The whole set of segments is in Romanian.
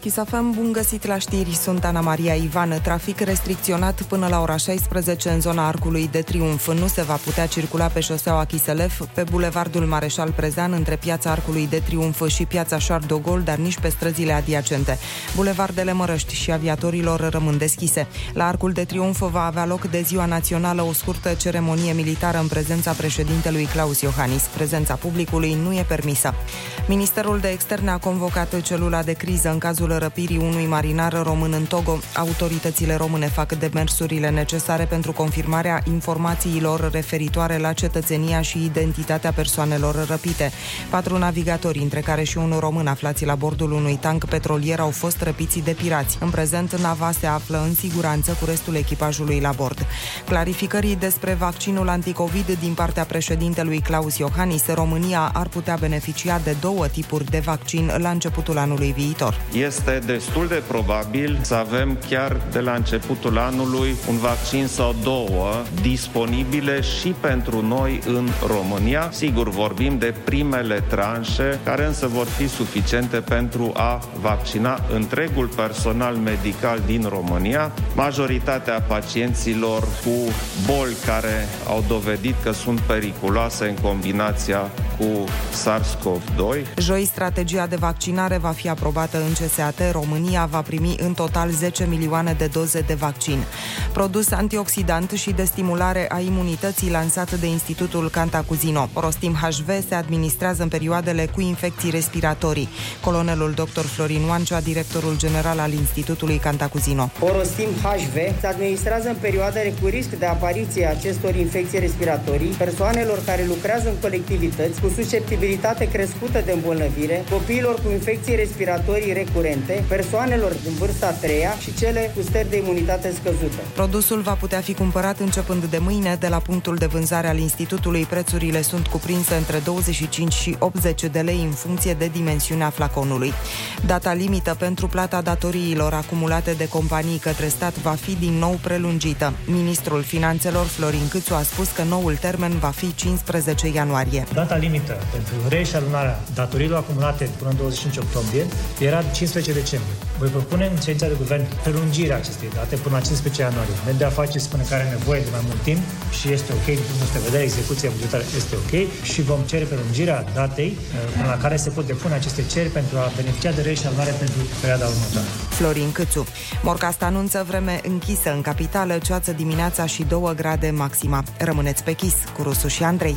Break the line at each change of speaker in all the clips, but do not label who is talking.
Kiss FM, bun găsit la știri, sunt Ana Maria Ivan. Trafic restricționat până la ora 16 în zona Arcului de Triunf. Nu se va putea circula pe șoseaua Chiselef, pe bulevardul Mareșal Prezan, între piața Arcului de Triunf și piața Șardogol, dar nici pe străzile adiacente. Bulevardele Mărăști și aviatorilor rămân deschise. La Arcul de Triunf va avea loc de ziua națională o scurtă ceremonie militară în prezența președintelui Claus Iohannis. Prezența publicului nu e permisă. Ministerul de Externe a convocat celula de criză în cazul răpirii unui marinar român în Togo. Autoritățile române fac demersurile necesare pentru confirmarea informațiilor referitoare la cetățenia și identitatea persoanelor răpite. Patru navigatori, între care și un român aflați la bordul unui tank petrolier, au fost răpiți de pirați. În prezent, nava se află în siguranță cu restul echipajului la bord. Clarificării despre vaccinul anticovid din partea președintelui Claus Iohannis, România ar putea beneficia de două tipuri de vaccin la începutul anului viitor.
Este destul de probabil să avem chiar de la începutul anului un vaccin sau două disponibile și pentru noi în România. Sigur, vorbim de primele tranșe, care însă vor fi suficiente pentru a vaccina întregul personal medical din România, majoritatea pacienților cu boli care au dovedit că sunt periculoase în combinația cu SARS-CoV-2.
Joi, strategia de vaccinare va fi aprobată în CSAT. România va primi în total 10 milioane de doze de vaccin. Produs antioxidant și de stimulare a imunității lansat de Institutul Cantacuzino. Rostim HV se administrează în perioadele cu infecții respiratorii. Colonelul dr. Florin Oancea, directorul general al Institutului Cantacuzino.
Orostim HV se administrează în perioadele cu risc de apariție acestor infecții respiratorii persoanelor care lucrează în colectivități cu susceptibilitate crescută de îmbolnăvire, copiilor cu infecții respiratorii recurente, persoanelor din vârsta a treia și cele cu stări de imunitate scăzută.
Produsul va putea fi cumpărat începând de mâine de la punctul de vânzare al Institutului. Prețurile sunt cuprinse între 25 și 80 de lei în funcție de dimensiunea flaconului. Data limită pentru plata datoriilor acumulate de companii către stat va fi din nou prelungită. Ministrul Finanțelor Florin Câțu a spus că noul termen va fi 15 ianuarie.
Data limită pentru reeșalonarea datorilor acumulate până în 25 octombrie era 15 decembrie. Voi propune în ședința de guvern prelungirea acestei date până la 15 ianuarie. Mediul de afaceri spune că are nevoie de mai mult timp și este ok din punctul de vedere, execuția bugetară este ok și vom cere prelungirea datei uh, până la care se pot depune aceste ceri pentru a beneficia de reeșalonare pentru perioada următoare.
Florin Câțu. Morcasta anunță vreme închisă în capitală, ceață dimineața și 2 grade maxima. Rămâneți pe chis cu Rusu și Andrei.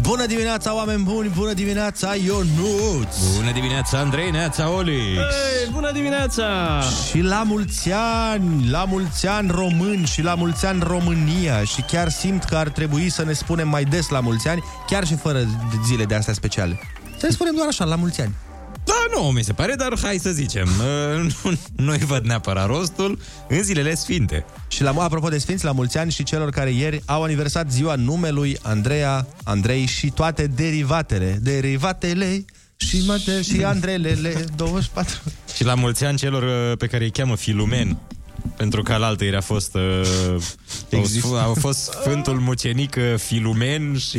Bună dimineața, oameni buni! Bună dimineața, Ionuț!
Bună dimineața, Andrei, neața, Oli!
Ei, bună dimineața!
Și la mulți ani, la mulți ani români și la mulți ani România și chiar simt că ar trebui să ne spunem mai des la mulți ani, chiar și fără zile de astea speciale. Să ne spunem doar așa, la mulți ani.
Da, nu, mi se pare, dar hai să zicem. Uh, nu- Nu-i văd neapărat rostul în zilele sfinte.
Și la, apropo de Sfinți, la mulți ani și celor care ieri au aniversat ziua numelui Andreea, Andrei și toate derivatele. Derivatele și, mate, și Andrelele 24.
Și la mulți ani celor uh, pe care îi cheamă Filumen. Pentru că alaltă ieri a fost, uh, a fost Sfântul Mucenic uh, Filumen și...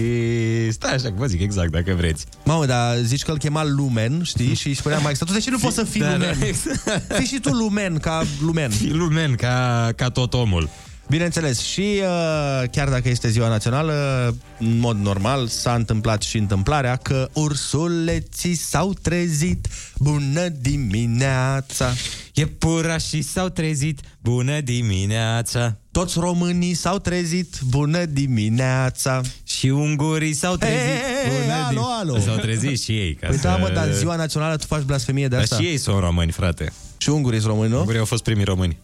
Stai așa, vă zic exact dacă vreți.
Mamă, dar zici că îl chema Lumen, știi? Și îi spunea mai exact, de ce nu poți să fii
Da, da,
Lumen?
exact.
Fii și tu Lumen, ca Lumen.
Filumen, ca, ca tot omul.
Bineînțeles, și uh, chiar dacă este ziua națională, în mod normal s-a întâmplat și întâmplarea că ursuleții s-au trezit. Bună dimineața!
Iepurașii s-au trezit, bună dimineața!
Toți românii s-au trezit. Bună dimineața!
Și ungurii s-au trezit,
Ei,
bună
alo,
dim-
alo.
S-au trezit și ei. Ca
Păi
să...
da, mă, dar în ziua națională tu faci blasfemie de
Dar
asta.
și ei sunt români, frate.
și ungurii sunt români, nu?
Ungurii au fost primii români.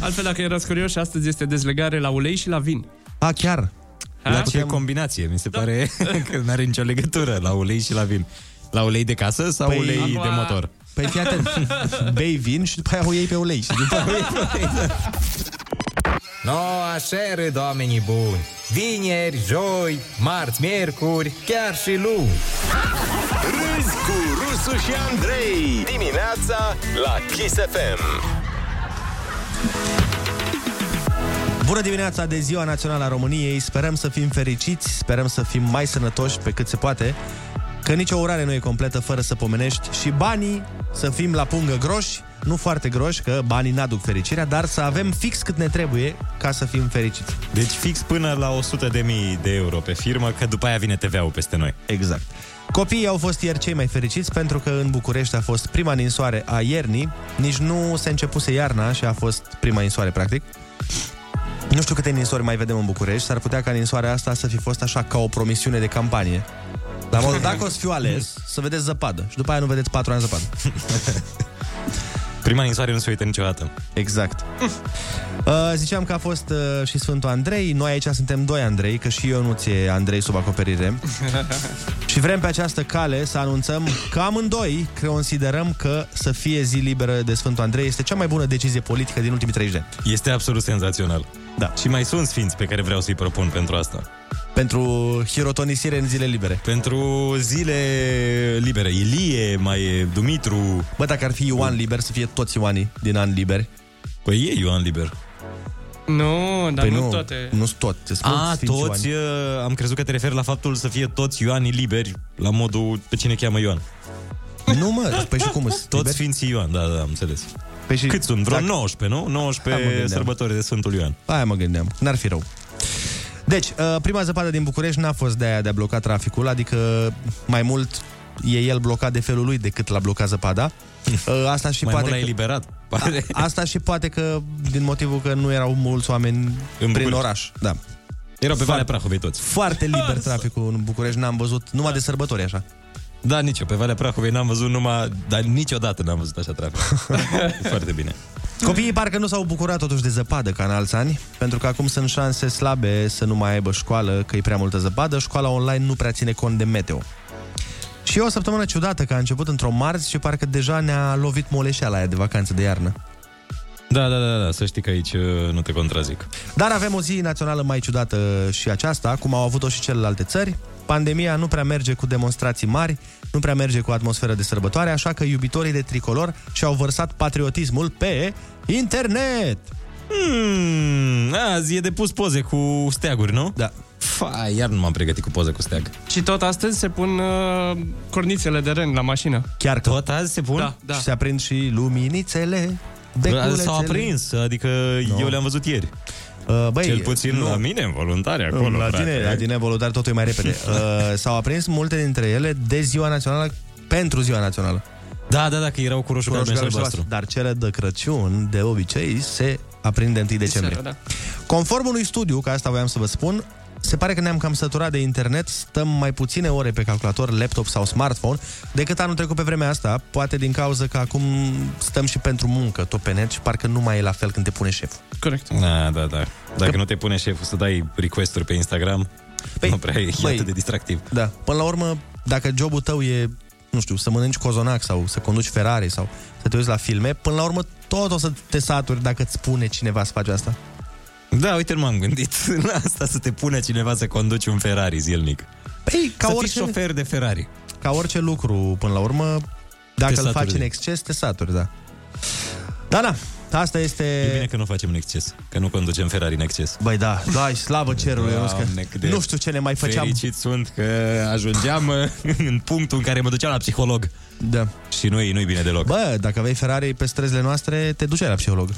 Altfel, dacă erați curioși, astăzi este dezlegare la ulei și la vin.
A, chiar.
Ha?
La ce combinație? Mi se pare că nu are nicio legătură la ulei și la vin. La ulei de casă sau
Păi-
ulei
Acum-
de motor?
Păi fii atent. Bei vin și după aia o iei pe ulei. Și după aia o iei pe ulei.
No, așa râd oamenii buni. Vineri, joi, marți, miercuri, chiar și luni.
Râzi cu Rusu și Andrei Dimineața la Kiss FM
Bună dimineața de Ziua Națională a României. Sperăm să fim fericiți, sperăm să fim mai sănătoși pe cât se poate, că nicio urare nu e completă fără să pomenești și banii să fim la pungă groși, nu foarte groși, că banii n-aduc fericirea, dar să avem fix cât ne trebuie ca să fim fericiți.
Deci fix până la 100 de mii de euro pe firmă, că după aia vine TVA-ul peste noi.
Exact. Copiii au fost ieri cei mai fericiți pentru că în București a fost prima ninsoare a iernii, nici nu se începuse iarna și a fost prima ninsoare practic. Nu știu câte ninsori mai vedem în București, s-ar putea ca ninsoarea asta să fi fost așa ca o promisiune de campanie. La modul, dacă o să fiu ales, să vedeți zăpadă și după aia nu vedeți patru ani zăpadă.
Prima ninsoare nu se uită niciodată.
Exact. Uh, ziceam că a fost uh, și Sfântul Andrei, noi aici suntem doi Andrei, că și eu nu ți Andrei sub acoperire. Și vrem pe această cale să anunțăm că amândoi considerăm că să fie zi liberă de Sfântul Andrei este cea mai bună decizie politică din ultimii 30 de ani.
Este absolut senzațional.
Da.
Și mai sunt sfinți pe care vreau să-i propun pentru asta.
Pentru hirotonisire în zile libere.
Pentru zile libere. Ilie, mai e Dumitru.
Bă, dacă ar fi Ioan liber, să fie toți Ioanii din an liberi.
Păi e Ioan liber.
Nu, dar
Păi
nu, toate.
Nu sunt tot. Te spun
A,
Sfinți
toți,
Ioani.
uh, am crezut că te referi la faptul să fie toți Ioanii liberi, la modul pe cine cheamă Ioan.
Nu, mă, păi și cum sunt?
Toți
liberi?
Sfinții Ioan, da, da, da, am înțeles.
Păi și...
Cât sunt? Vreo
Dacă-
19, nu?
Da, mă
19
gândeam.
sărbători de Sfântul Ioan.
Aia mă gândeam, n-ar fi rău. Deci, uh, prima zăpadă din București n-a fost de aia de a bloca traficul, adică mai mult e el blocat de felul lui decât l-a blocat zăpada. Uh, Asta și,
mai
poate
mult l-ai
că,
eliberat. pare.
asta și poate că din motivul că nu erau mulți oameni în prin
București.
oraș. Da.
Erau pe Valea Prahovei toți.
Foarte liber traficul în București, n-am văzut, numai de sărbători așa.
Da, nici eu. Pe Valea Prahovei n-am văzut numai... Dar niciodată n-am văzut așa trafic. E Foarte bine.
Copiii parcă nu s-au bucurat totuși de zăpadă ca în alți ani, pentru că acum sunt șanse slabe să nu mai aibă școală, că e prea multă zăpadă, școala online nu prea ține cont de meteo. Și e o săptămână ciudată, că a început într-o marți și parcă deja ne-a lovit moleșeala aia de vacanță de iarnă.
Da, da, da, da, să știi că aici uh, nu te contrazic.
Dar avem o zi națională mai ciudată și aceasta, cum au avut-o și celelalte țări. Pandemia nu prea merge cu demonstrații mari, nu prea merge cu atmosferă de sărbătoare, așa că iubitorii de tricolor și-au vărsat patriotismul pe internet.
Hmm, azi e depus poze cu steaguri, nu?
Da,
Fa, iar nu m-am pregătit cu poze cu steag.
Și tot astăzi se pun uh, cornițele de ren la mașină.
chiar că
Tot azi se pun?
Da, da.
Da. Și se aprind și luminițele,
Bă,
beculețele.
S-au aprins, adică no. eu le-am văzut ieri.
Uh, băi,
Cel puțin
nu.
la mine, în voluntare, acolo.
la
frate.
tine, la tine, voluntar, totul e mai repede. Uh, s-au aprins multe dintre ele de ziua națională pentru ziua națională.
Da, da, da, că erau cu roșu,
Cu
galben și
roșu,
albastru.
Dar cele de Crăciun, de obicei, se aprinde 1 decembrie.
Seara, da.
Conform unui studiu, ca asta voiam să vă spun, se pare că ne-am cam săturat de internet, stăm mai puține ore pe calculator, laptop sau smartphone decât anul trecut pe vremea asta, poate din cauza că acum stăm și pentru muncă tot pe net și parcă nu mai e la fel când te pune șeful.
Corect.
Da, da, da. Dacă nu te pune șeful să dai request-uri pe Instagram,
Păi,
nu prea e
băi.
atât de distractiv.
Da. Până la urmă, dacă jobul tău e, nu știu, să mănânci cozonac sau să conduci Ferrari sau să te uiți la filme, până la urmă tot o să te saturi dacă îți spune cineva să faci asta.
Da, uite, nu m-am gândit la asta să te pune cineva să conduci un Ferrari zilnic.
Păi, ca,
să
orice,
fii șofer de Ferrari.
ca orice lucru, până la urmă,
Te
dacă îl
saturi
faci
de-
în exces, te saturi, da. Da, da, asta
E
este...
bine că nu facem în exces, că nu conducem Ferrari în exces.
Băi, da, da, slavă cerului, Ionuț, că
Doamne, cât de
nu știu ce ne mai făceam.
Fericit sunt că ajungeam în punctul în care mă duceam la psiholog.
Da.
Și nu-i, nu-i bine deloc.
Bă, dacă aveai Ferrari pe străzile noastre, te duceai la psiholog.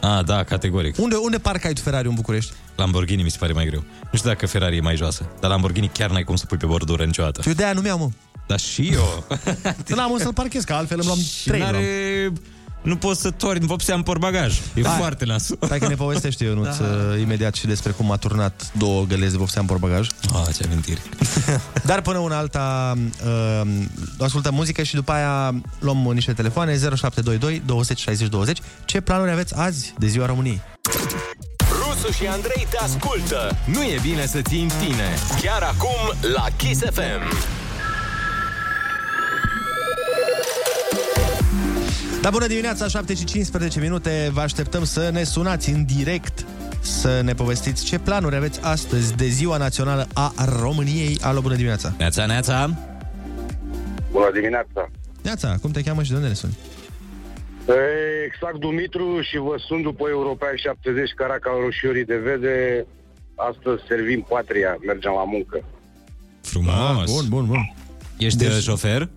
A, da, categoric.
Unde, unde parcă ai tu Ferrari în București?
Lamborghini mi se pare mai greu. Nu știu dacă Ferrari e mai joasă, dar Lamborghini chiar n-ai cum să pui pe bordură niciodată.
Eu de-aia nu mi-am, mă.
Dar și eu.
Nu am unde să-l parchez, că altfel îmi luam
și
trei. luam.
n-are... Nu poți să torni vopsea în porbagaj. E
Da.
foarte nasul.
Hai că ne povestește Ionuț da. imediat și despre cum a turnat două gălezi de vopsea în porbagaj.
Ah, ce amintiri.
Dar până una alta uh, ascultăm muzică și după aia luăm niște telefoane 0722 20 60 20. Ce planuri aveți azi de ziua României?
Rusu și Andrei te ascultă Nu e bine să ții în tine Chiar acum la Kiss FM
Da, bună dimineața, 7 și 15 minute. Vă așteptăm să ne sunați în direct să ne povestiți ce planuri aveți astăzi de Ziua Națională a României. Alo, bună dimineața!
Neața, neața!
Bună dimineața!
Neața, cum te cheamă și de unde ne suni?
E, Exact Dumitru și vă sunt după European 70 Caracal Roșiorii de Vede. Astăzi servim patria, mergem la muncă.
Frumos! Ah,
bun, bun, bun!
Ești deci... șofer?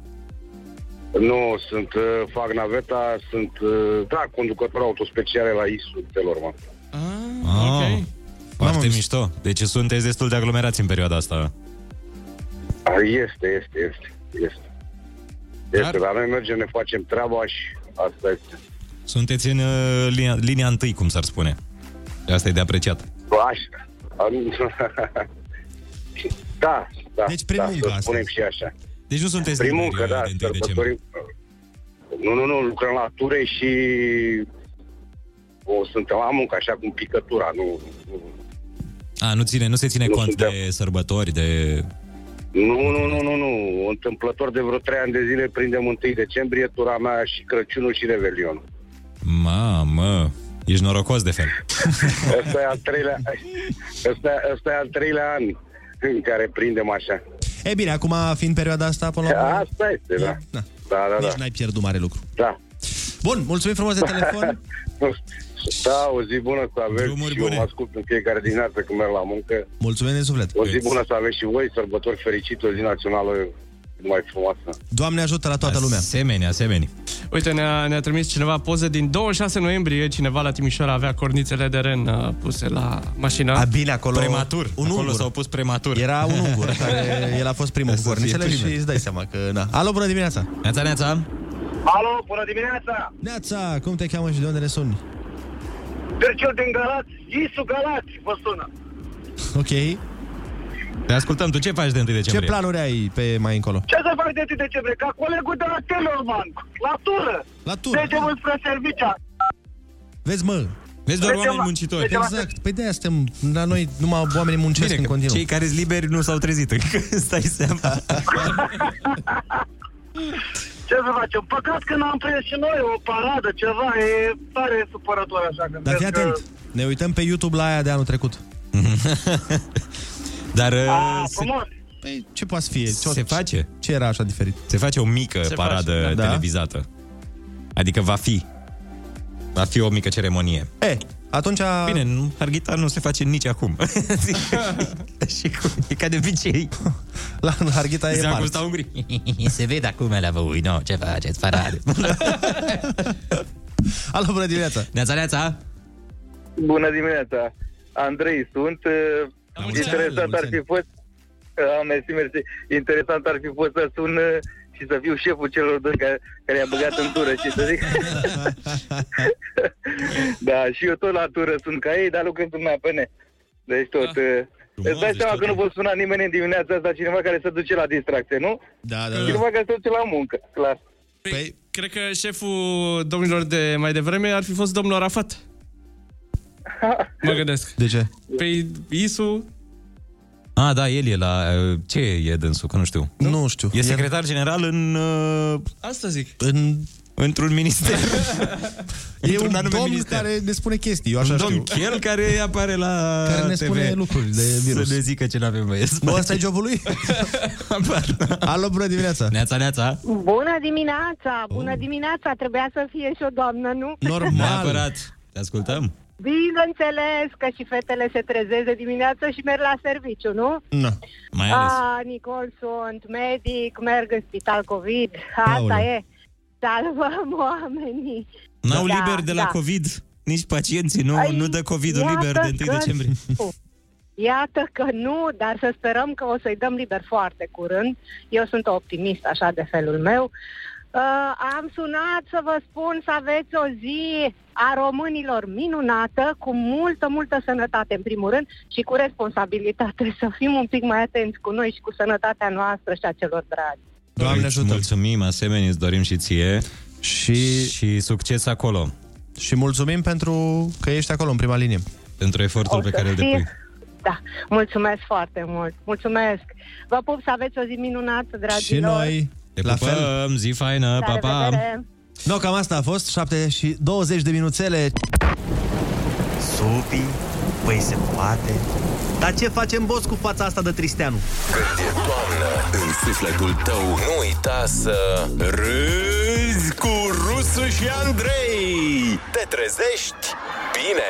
Nu, sunt, e, fac naveta, sunt, e, da, conducător autospeciale la ISU, telor, mă.
Ah, ok. Foarte mișto. Deci sunteți destul de aglomerați în perioada asta.
A, Este, este, este, este. Este, dar noi mergem, ne facem treaba și asta este.
Sunteți în uh, linia, linia întâi, cum s-ar spune. Și Asta e de apreciat.
Bă, Așa. Am- da, da.
Deci prin
da,
muncă
să spunem
astăzi.
și așa.
Deci nu sunteți
Prin
liberi,
muncă,
uh,
da,
de 1 decembrie.
sărbătorim. Nu, nu, nu, lucrăm la ture și o, suntem la muncă, așa cum picătura, nu,
A, nu, ține, nu se ține
Nu
cont
suntem.
de sărbători, de...
nu, nu, nu, nu, nu, întâmplător de vreo trei ani de zile prindem 1 decembrie tura mea și Crăciunul și Revelionul.
Mamă, ești norocos de fel.
Ăsta e al treilea, ăsta, ăsta e al treilea an în care prindem așa.
E bine, acum fiind perioada asta, până la urmă,
Asta este, da.
Da.
Da, da, da.
nici n-ai pierdut mare lucru.
da.
Bun, mulțumim frumos de telefon.
Da, o zi bună să aveți
Drumuri
și
bune.
eu mă ascult în fiecare dimineață când merg la muncă.
Mulțumim din suflet.
O zi bună să aveți și voi, sărbători fericite, o zi națională mai frumoasă.
Doamne ajută la toată lumea.
Asemenea, asemenea.
Uite, ne-a, ne-a trimis cineva poze din 26 noiembrie. Cineva la Timișoara avea cornițele de ren uh, puse la mașină.
A, bine, acolo...
Prematur.
Un
Acolo
ungur.
s-au pus prematur.
Era un ungur care el a fost primul cu
Să fie
cornițele
prime.
și îți dai seama că... Na. Alo, bună dimineața!
Neața, neața!
Alo, bună
Da.
dimineața!
Neața, cum te cheamă și de unde ne suni?
Virgil Deci din Galați, Isu Galați vă sună.
Ok.
Te ascultăm, tu ce faci de 1 decembrie?
Ce planuri ai pe mai încolo?
Ce să fac de 1 decembrie? Ca colegul de la Telorman, la tură.
La tură, Mergem da.
spre Servicia.
Vezi, mă,
Vezi doar
Mergem
oameni
la-
muncitori.
mergem
exact. Păi de-aia suntem la noi, numai oamenii muncesc în
că
continuu.
cei care sunt liberi nu s-au trezit încă, stai seama.
Ce să facem? Păcat că n-am prins și noi o paradă, ceva, e tare supărător așa. Când
Dar fii
vezi că-
atent, ne uităm pe YouTube la aia de anul trecut.
Dar
A,
uh, se,
frumos.
Păi ce poate să fie? Ce,
se face.
ce era așa diferit?
Se face o mică se paradă
da.
face,
Da.
televizată. Adică va fi. Va fi o mică ceremonie.
E, Eh, atunci...
Bine, nu, Harghita nu se face nici acum. și cum, e ca de obicei.
La Harghita e
Ți-a
marți.
gustat ungurii. se vede acum la voi, no, ce faceți, parade.
Alo, bună dimineața!
Neața, neața.
Bună dimineața! Andrei sunt. uh,
mulți ani,
Interesant
la mulți
ar fi fost... A, mersi, mersi. Interesant ar fi fost să sun uh, și să fiu șeful celor doi care, care i-a băgat în tură, și să zic? da, și eu tot la tură sunt ca ei, dar lucrez în MAPN. Deci tot... uh, Îți dai
Ah. deci
seama
tot
că nu
e-
vă suna nimeni în dimineața asta, cineva care se duce la distracție, nu?
Da, da, da.
Cineva care se duce la muncă, clar.
Păi,
Cred că șeful domnilor de mai devreme ar fi fost domnul Arafat. Mă gândesc.
de ce?
Păi Isu,
A, da, el e la... Ce e dânsul? Că nu știu.
Nu, nu știu.
E secretar general în... uh,
asta zic.
În...
Într-un minister.
E
Într-un
un
anume
domn
minister.
care ne spune chestii, eu așa
Un domn
știu.
chel care apare la
Care ne
TV.
spune lucruri de virus.
Să ne zică ce n-avem voie să
Bă, ăsta e jobul lui?
facem.
Alo, bună dimineața!
Neața, neața.
Bună dimineața!
Oh.
Bună dimineața! Trebuia să fie și o doamnă, nu?
Normal!
Neapărat. Te ascultăm?
Bineînțeles că și fetele se trezesc de dimineață și merg la serviciu, nu?
Na.
Mai ales.
A, Nicol, sunt medic, merg în spital COVID. Asta
Aoleu.
e. Salvăm oamenii.
N-au
Da,
liber de la
da.
COVID. Nici pacienții nu,
Ai,
nu dă covid
iată
liber de 1
că-
decembrie.
Iată că nu, dar să sperăm că o să-i dăm liber foarte curând. Eu sunt optimist așa de felul meu. Uh, am sunat să vă spun să aveți o zi a românilor minunată, cu multă, multă sănătate în primul rând și cu responsabilitate. Să fim un pic mai atenți cu noi și cu sănătatea noastră și a celor dragi.
Doamne
Îți
ajută!
Mulțumim, asemenea, îți dorim și ție.
Și,
Și succes acolo,
și mulțumim pentru că ești acolo, în prima linie.
pentru efortul pe
să
care îl
fie-
depui.
Da, mulțumesc foarte mult. Mulțumesc. Vă pup să aveți o zi minunată, dragilor.
Și noi,
Te
la fel.
pupăm, zi faină,
La
pa, pa!
revedere.
No, cam asta a fost, 7 și 20 de minuțele.
Supi, păi se poate. Dar ce facem, boss, cu fața asta de Tristeanu?
Când e toamnă, în sufletul tău nu uita să râzi cu Rusu și Andrei. Te trezești bine.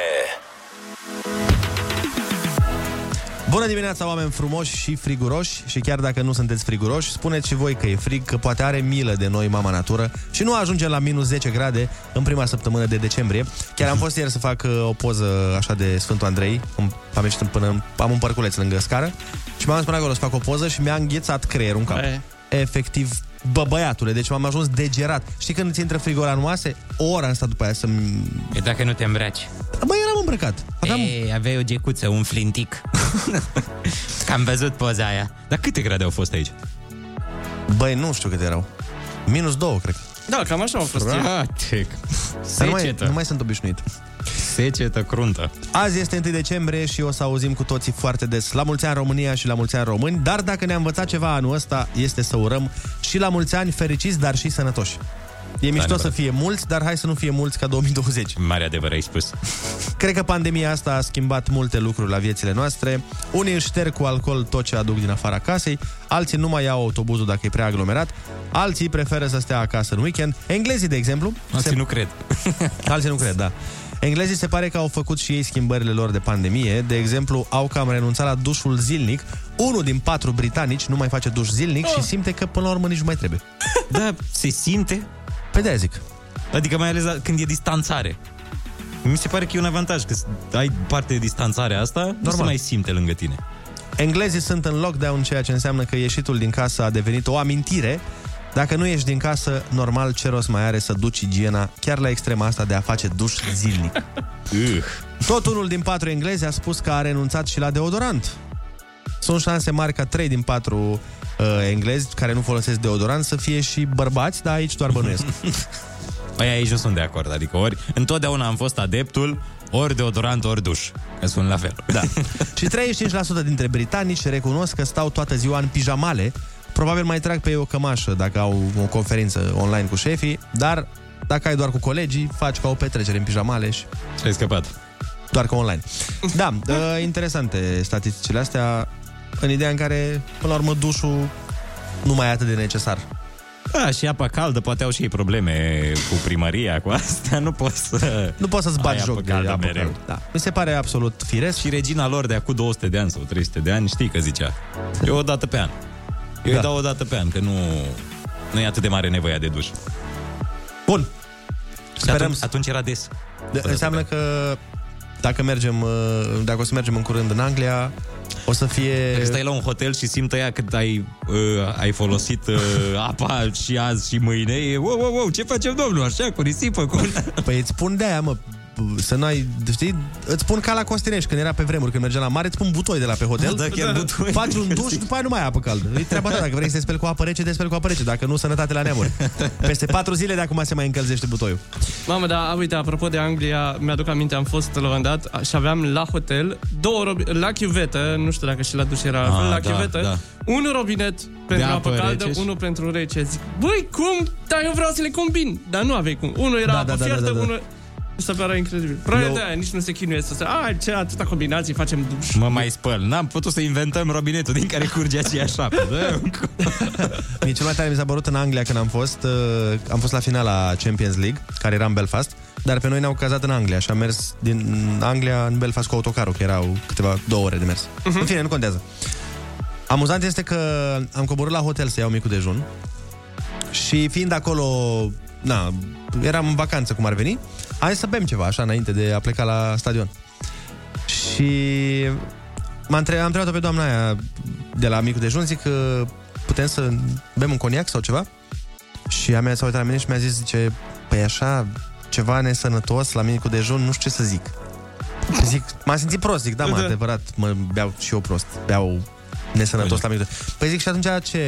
Bună dimineața, oameni frumoși și friguroși și chiar dacă nu sunteți friguroși, spuneți și voi că e frig, că poate are milă de noi mama natură și nu ajungem la minus 10 grade în prima săptămână de decembrie. Chiar am fost ieri să fac uh, o poză așa de Sfântul Andrei, Îmi- am ieșit în- până în- am un parculeț lângă scară și m-am dus până acolo să fac o poză și mi-a înghețat creierul în cap. Efectiv, bă băiatule, deci m-am ajuns degerat. Știi când îți intră frigul ăla în oase? O oră am stat după aia să-mi...
E dacă nu te îmbraci.
Bă, eram îmbrăcat.
Aveam... E, aveai o gecuță, un flintic. Că Am văzut poza aia.
Dar câte grade au fost aici?
Băi, nu știu câte erau. Minus două, cred.
Da, cam așa am fost
Frate,
Dar nu mai,
Secetă.
nu mai sunt obișnuit.
Secetă cruntă.
Azi este 1 decembrie și o să auzim cu toții foarte des la mulți ani România și la mulți ani români, dar dacă ne-a învățat ceva anul ăsta, este să urăm și la mulți ani fericiți, dar și sănătoși. E mișto să fie mulți, dar hai să nu fie mulți ca 2020.
Mare adevăr ai spus.
Cred că pandemia asta a schimbat multe lucruri la viețile noastre. Unii își șterg cu alcool tot ce aduc din afara casei, alții nu mai iau autobuzul dacă e prea aglomerat, alții preferă să stea acasă în weekend. Englezii, de exemplu,
Alții nu cred.
Alții nu cred, da. Englezii se pare că au făcut și ei schimbările lor de pandemie. De exemplu, au cam renunțat la dușul zilnic. Unul din patru britanici nu mai face duș zilnic și simte că până la urmă nici nu mai trebuie.
Oh. Da, se simte?
Pe de Păi zic.
Adică mai ales la- când e distanțare. Mi se pare că e un avantaj că s- ai parte de distanțarea asta, Normal. nu se
Normal.
mai simte lângă tine.
Englezii sunt în lockdown, ceea ce înseamnă că ieșitul din casă a devenit o amintire. Dacă nu ieși din casă, normal ce rost mai are să duci igiena chiar la extrema asta de a face duș zilnic. Tot unul din patru englezi a spus că a renunțat și la deodorant. Sunt șanse mari ca 3 din 4 uh, englezi care nu folosesc deodorant să fie și bărbați, dar aici doar bănuiesc.
Aia Păi aici nu sunt de acord, adică ori întotdeauna am fost adeptul ori deodorant, ori duș. Că sunt la fel.
Da. și 35% dintre britanici recunosc că stau toată ziua în pijamale. Probabil mai trag pe ei o cămașă dacă au o conferință online cu șefii, dar dacă ai doar cu colegii, faci ca o petrecere în pijamale și...
Și ai scăpat.
Doar că online. Da, uh, interesante statisticile astea, în ideea în care, până la urmă, dușul nu mai e atât de necesar.
Da, și apa caldă, poate au și ei probleme cu primăria, cu astea, nu poți să...
Nu poți să-ți bagi
ai
joc de apă caldă, Da. Mi se pare absolut firesc.
Și regina lor de acum 200 de ani sau 300 de ani, știi că zicea, eu o dată pe an. Eu da. îi dau o dată pe an, că nu, nu e atât de mare nevoia de duș.
Bun.
Și atunci, atunci era des.
De- înseamnă că dacă mergem, uh, dacă o să mergem în curând în Anglia, o să fie...
Dacă stai la un hotel și simți aia cât ai, uh, ai folosit uh, apa și azi și mâine, e, wow, wow, wow, ce facem, domnul, așa, cu risipă, cu...
Păi îți spun de aia, mă, să n-ai, știi, îți spun ca la Costinești, când era pe vremuri, când mergeam la mare, îți pun butoi de la pe hotel,
Da, chiar butoi.
faci un duș și după aia nu mai ai apă caldă. E treaba ta, dacă vrei să te speli cu apă rece, te speli cu apă rece, dacă nu, sănătate la neamuri. Peste patru zile de acum se mai încălzește butoiul.
Mamă, dar uite, apropo de Anglia, mi-aduc aminte, am fost la un moment dat a- și aveam la hotel două robi- la chiuvetă, nu știu dacă și la duș era la
Ah,
fel, la
da,
chiuvetă,
da.
un robinet pentru
apă
apă, caldă,
rece și-
unul pentru rece. Zic, băi, cum? Dar eu vreau să le combin. Dar nu aveai cum. Unul era
Da,
da, apă
da, da, da,
fiertă,
da, da.
unul... Mi se pare incredibil. Probabil
Eu-
de aia nici nu se chinuie să se... A, ce atâta combinații facem duș.
Mă mai spăl. N-am putut să inventăm robinetul din care curge aceeași apă. Da?
Mie cel mai tare mi s-a părut în Anglia când am fost, uh, am fost la finala Champions League, care era în Belfast, dar pe noi ne-au cazat în Anglia și am mers din Anglia în Belfast cu autocarul, că erau câteva două ore de mers. Uh-huh. În fine, nu contează. Amuzant este că am coborât la hotel să iau micul dejun și fiind acolo, na, eram în vacanță cum ar veni, am zis să bem ceva așa înainte de a pleca la stadion. Și m-a între- am întrebat-o pe doamna aia de la micul dejun, zic că putem să bem un coniac sau ceva? Și a mea s-a uitat la mine și mi-a zis, zice, păi așa, ceva nesănătos la micul dejun, nu știu ce să zic. Zic, m-am simțit prost, zic, da, mă,
Da.
adevărat, mă beau și eu prost, beau nesănătos la micul dejun. Păi zic, și atunci ce,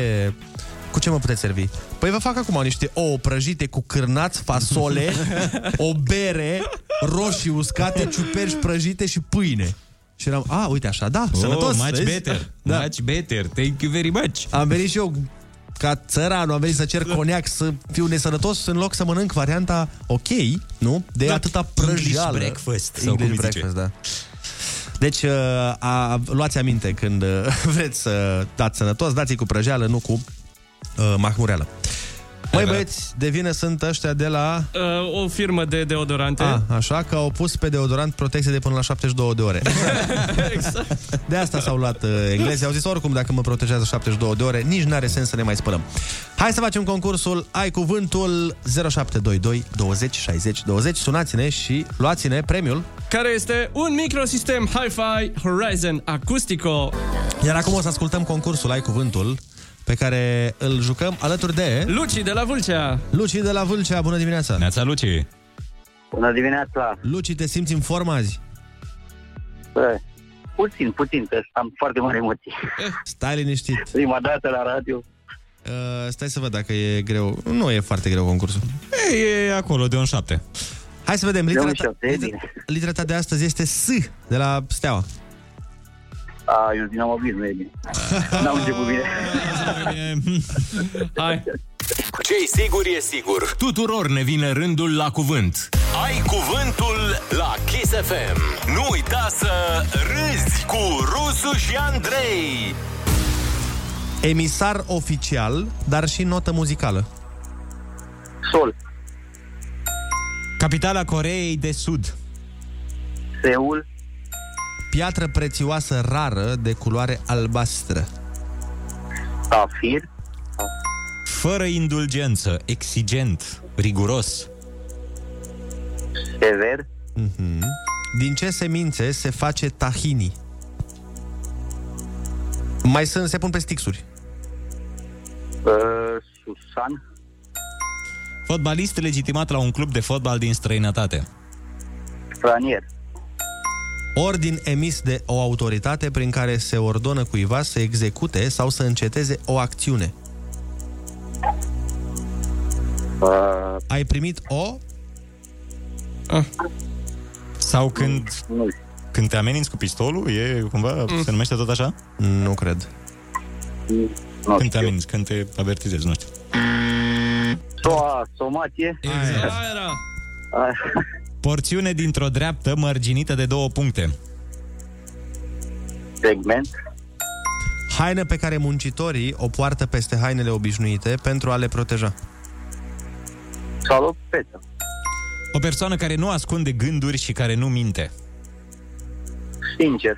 cu ce mă puteți servi? Păi vă fac acum niște ouă prăjite cu cârnați, fasole, o bere, roșii uscate, ciuperci prăjite și pâine. Și eram, a, uite așa, da,
Oh,
sănătos.
much
vezi?
better, da. much better, thank you very much.
Am Deci, venit și eu ca țăranul, am venit să cer coniac, să fiu nesănătos, în loc să mănânc varianta ok, nu? De atâta prăjeală.
English breakfast, sau
English
cum îi zice.
breakfast, da. Deci, uh, a, luați aminte când uh, vreți să dați sănătos, dați-i cu prăjeală, nu cu uh, mahmureală. Măi băieți, de vină sunt ăștia de la...
Uh, o firmă de deodorante.
Ah.
A, așa că au pus pe deodorant protecție de până la 72 de ore.
Exact.
De asta s-au luat uh, englezii. Au zis, oricum, dacă mă protejează 72 de ore, nici n-are sens să ne mai spălăm. Hai să facem concursul Ai Cuvântul 0722 20 60 20. Sunați-ne și luați-ne premiul.
Care este un microsistem Hi-Fi Horizon Acústico.
Iar acum o să ascultăm concursul Ai Cuvântul pe care îl jucăm alături de...
Luci de la Vâlcea.
Luci de la Vâlcea, bună dimineața!
Neața, Luci!
Bună dimineața!
Luci, te simți în formă azi?
Bă, puțin, puțin, că am foarte mari emoții.
Eh, Stai liniștit.
Prima dată la radio.
Uh, stai să văd dacă e greu. Nu e foarte greu concursul.
E, e acolo, de un șapte.
Hai să vedem.
De
Litera
un
ta,
șapte, e
litera, litera ta de astăzi este S, de la Steaua.
A, eu din am nu e bine. N-am început bine.
Hai.
Ce-i sigur e sigur.
Tuturor ne vine rândul la cuvânt.
Ai cuvântul la Kiss FM. Nu uita să râzi cu Rusu și Andrei.
Emisar oficial, dar și notă muzicală.
Sol.
Capitala Coreei de Sud.
Seul.
Piatră prețioasă rară de culoare albastră.
Safir.
Fără indulgență, exigent, riguros.
Sever.
Mhm. Din ce semințe se face tahini? Mai sunt, se pun pe stixuri.
Uh, Susan.
Fotbalist legitimat la un club de fotbal din străinătate.
Franier.
Ordin emis de o autoritate prin care se ordonă cuiva să execute sau să înceteze o acțiune.
Uh,
Ai primit o?
Sau când... Când te ameninți cu pistolul, e cumva, mm. se numește tot așa?
Nu cred.
Când te ameninți, când te avertizezi, nu știu.
Soa, somatie.
Exact.
Aia era.
Porțiune dintr-o dreaptă mărginită de două puncte.
Segment.
Haină pe care muncitorii o poartă peste hainele obișnuite pentru a le proteja.
Salopetă.
O persoană care nu ascunde gânduri și care nu minte.
Sincer.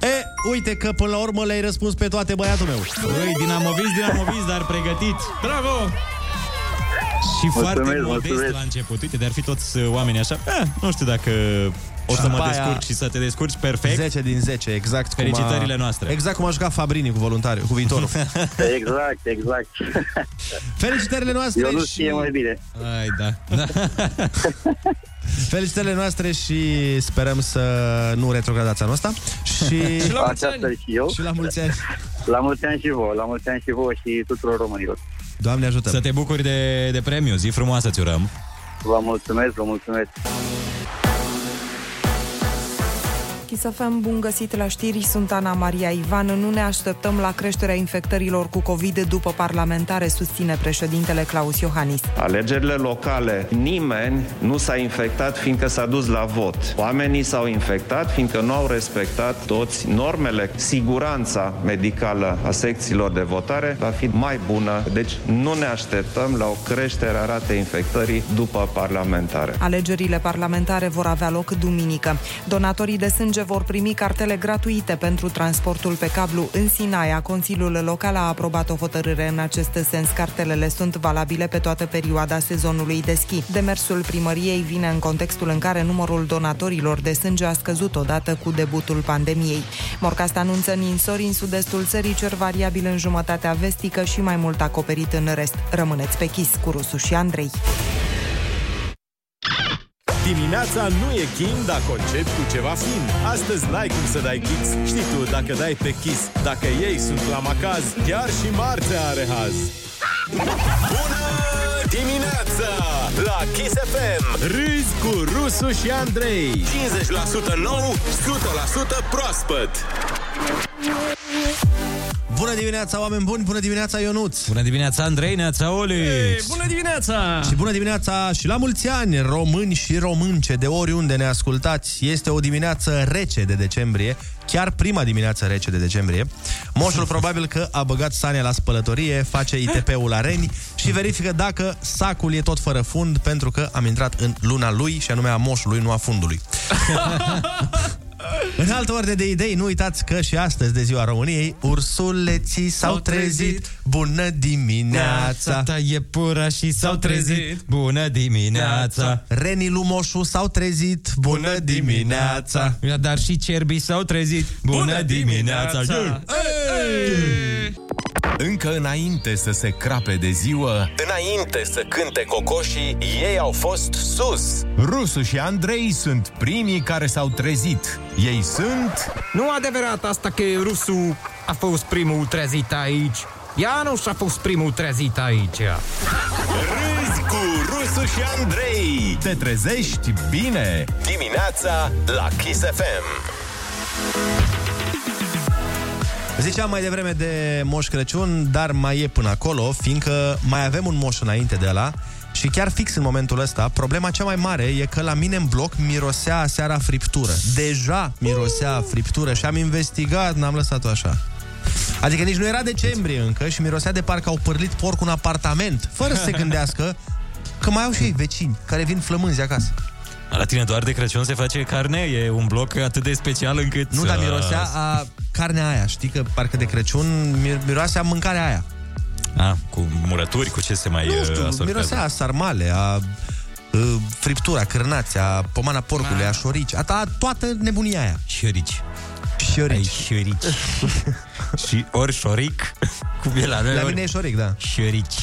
E, uite că până la urmă le-ai răspuns pe toate, băiatul meu.
Băi, dinamoviți, dinamoviți, dar pregătit.
Bravo!
Și
Mulțumesc,
foarte modest
mulțumesc.
la început. Uite, dar fi toți uh, oamenii așa. Ah, nu știu dacă o să
Și
mă
după aia-
descurc și să te descurci perfect.
10 din 10, exact. cum a-
Felicitările noastre.
Exact cum a jucat Fabrini cu voluntariu, cu viitorul.
Exact, exact.
Felicitările noastre
Eu nu
și-
știe mai bine.
Ai, da. da.
Felicitările noastre și sperăm să nu retrogradați anul ăsta. Și...
Aceasta și eu.
Și la mulți ani.
La mulți ani și vouă, la mulți ani și vouă și tuturor românilor.
Doamne ajută!
Să te bucuri de, de premiu. Zi frumoasă ți urăm.
Vă mulțumesc, vă mulțumesc.
Chisafem, bun găsit la știri, sunt Ana Maria Ivan. Nu ne așteptăm la creșterea infectărilor cu COVID după parlamentare, susține președintele Claus Iohannis.
Alegerile locale, nimeni nu s-a infectat fiindcă s-a dus la vot. Oamenii s-au infectat fiindcă nu au respectat toți normele. Siguranța medicală a secțiilor de votare va fi mai bună, deci nu ne așteptăm la o creștere a ratei infectării după parlamentare.
Alegerile parlamentare vor avea loc duminică. Donatorii de sânge vor primi cartele gratuite pentru transportul pe cablu în Sinaia. Consiliul Local a aprobat o hotărâre în acest sens. Cartelele sunt valabile pe toată perioada sezonului de schi. Demersul primăriei vine în contextul în care numărul donatorilor de sânge a scăzut odată cu debutul pandemiei. Morcast anunță ninsori în sud-estul țării, cer variabil în jumătatea vestică și mai mult acoperit în rest. Rămâneți pe chis cu Rusu și Andrei.
Dimineața nu e chin dacă încep cu ceva fin. Astăzi n-ai cum să dai kicks. Știi tu, dacă dai pe kiss, dacă ei sunt la macaz, chiar și marțea are haz. Bună dimineața la Kiss FM. Râzi cu Rusu și Andrei. 50% nou, 100% proaspăt.
Bună dimineața, oameni buni! Bună dimineața, Ionuț!
Bună dimineața, Andrei, neața, Oli!
bună dimineața! Ah. Și bună dimineața și la mulți ani, români și românce, de oriunde ne ascultați. Este o dimineață rece de decembrie, chiar prima dimineață rece de decembrie. Moșul probabil că a băgat sane la spălătorie, face ITP-ul la reni și verifică dacă sacul e tot fără fund, pentru că am intrat în luna lui și anume a moșului, nu a fundului. În altă ordine de idei, nu uitați că și astăzi de ziua României, ursuleții s-au trezit, bună dimineața!
Ta e pura și s-au trezit, bună dimineața!
Renii lui Moșu s-au trezit, bună dimineața!
Ia, Da, Dar și cerbii s-au trezit, bună dimineața! Yeah.
Încă înainte să se crape de ziua, înainte să cânte cocoșii, ei au fost sus. Rusu și Andrei sunt primii care s-au trezit. Ei sunt...
Nu adevărat asta că rusul a fost primul trezit aici. Ea nu și-a fost primul trezit aici.
Râzi cu Rusu și Andrei. Te trezești bine. Dimineața la Kiss FM.
Ziceam mai devreme de Moș Crăciun, dar mai e până acolo, fiindcă mai avem un moș înainte de la și chiar fix în momentul ăsta, problema cea mai mare e că la mine în bloc mirosea seara friptură. Deja mirosea friptură și am investigat, n-am lăsat-o așa. Adică nici nu era decembrie încă și mirosea de parcă au pârlit porc un apartament, fără să se gândească că mai au și ei vecini care vin flămânzi acasă.
La tine doar de Crăciun se face carne? E un bloc atât de special încât...
Nu, dar mirosea a carnea aia, știi că parcă de Crăciun mir- miroase a mâncarea aia.
A, Ah, cu murături, cu ce se mai uh,
Nu știu,
asortează?
mirosea a sarmale, a, a friptura, cârnațea, pomana porcului, a șorici, a, a toată nebunia aia.
Șorici.
Șorici. Ai
șorici. și ori șoric, cum e la noi.
La
ori-
mine e șoric, da.
Șorici.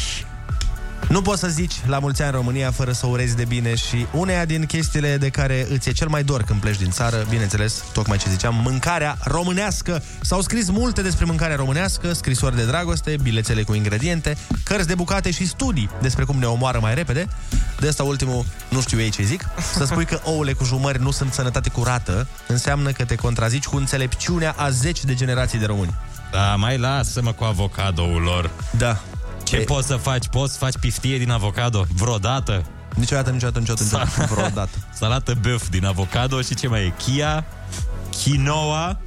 Nu poți să zici la mulți ani România fără să urezi de bine și uneia din chestiile de care îți e cel mai dor când pleci din țară, bineînțeles, tocmai ce ziceam, mâncarea românească. S-au scris multe despre mâncarea românească, scrisori de dragoste, bilețele cu ingrediente, cărți de bucate și studii despre cum ne omoară mai repede. De asta ultimul, nu știu ei ce zic. Să spui că ouăle cu jumări nu sunt sănătate curată, înseamnă că te contrazici cu înțelepciunea a zeci de generații de români.
Da, mai lasă-mă cu avocadoul lor.
Da.
Ce poți să faci? Poți să faci piftie din avocado? Vreodată?
Niciodată, niciodată, niciodată, niciodată. vreodată.
Salată băf din avocado și ce mai e? Chia, quinoa,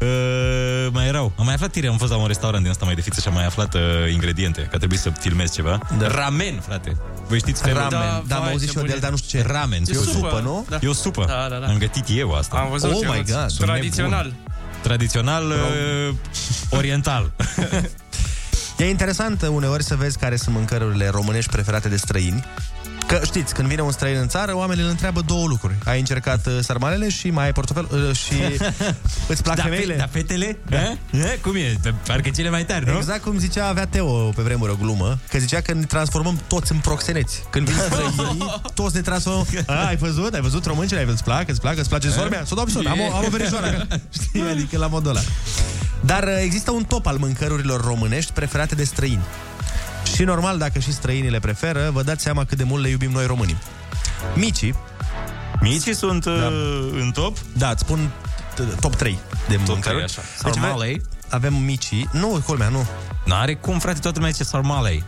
Uh, mai erau. Am mai aflat ieri, am fost la un restaurant din asta mai de fiță și am mai aflat uh, ingrediente, că a trebuit să filmez ceva. Da. Ramen, frate. Voi știți felul?
Ramen, Da, da, am vai, auzit ce și eu de el, bune. dar nu știu ce e.
Ramen.
E o supă, nu?
Da. E o supă.
Da, da, da.
Am gătit eu asta.
Am văzut, Oh eu my am God. văzut.
Sunt
Tradițional.
nebun. Tradițional uh, oriental.
E interesant uneori să vezi care sunt mâncărurile românești preferate de străini. Că știți, când vine un străin în țară, oamenii îl întreabă două lucruri. Ai încercat uh, sarmalele și mai ai portofel uh, și îți plac
da, fe-
femeile?
Da, fetele? Da? Cum e? Parcă cele mai tari, nu?
Exact cum zicea, avea Teo pe vremuri o glumă, că zicea că ne transformăm toți în proxeneți. Când vin străinii, toți ne transformăm. A, ai văzut? Ai văzut româncele? Ai văzut? Îți plac? Îți plac? Îți place sorbea? Să o dau pe sorbea. Am, o- am o verișoară. acasă. Știi? Adică la modul ăla. Dar uh, există un top al mâncărurilor românești preferate de străini. Și normal, dacă și străinii le preferă, vă dați seama cât de mult le iubim noi românii. Micii.
Micii sunt da. în top?
Da, îți spun t- top 3 de top mâncăruri. Deci 3,
așa. Sarmalei.
avem micii. Nu, culmea, nu. Păi,
N-are cum, frate, toată lumea zice sarmalei.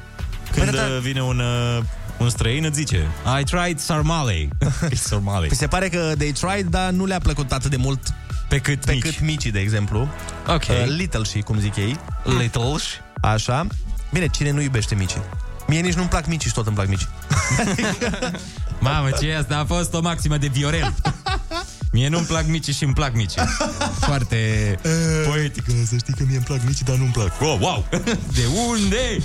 Când
da,
uh, vine un, uh, un străin, îți zice I tried sarmalei. E sarmalei.
Păi se pare că they tried, dar nu le-a plăcut atât de mult
pe cât,
pe mici. cât micii, de exemplu.
Ok. Mm.
Uh, little și cum zic ei.
Little
Așa. Bine, cine nu iubește micii? Mie nici nu-mi plac micii și tot îmi plac micii.
Mamă, ce e asta? A fost o maximă de Viorel. Mie nu-mi plac mici și îmi plac mici. Foarte poetic. Să știi Ă, că mie îmi plac mici, dar nu-mi plac. Oh, wow! De unde?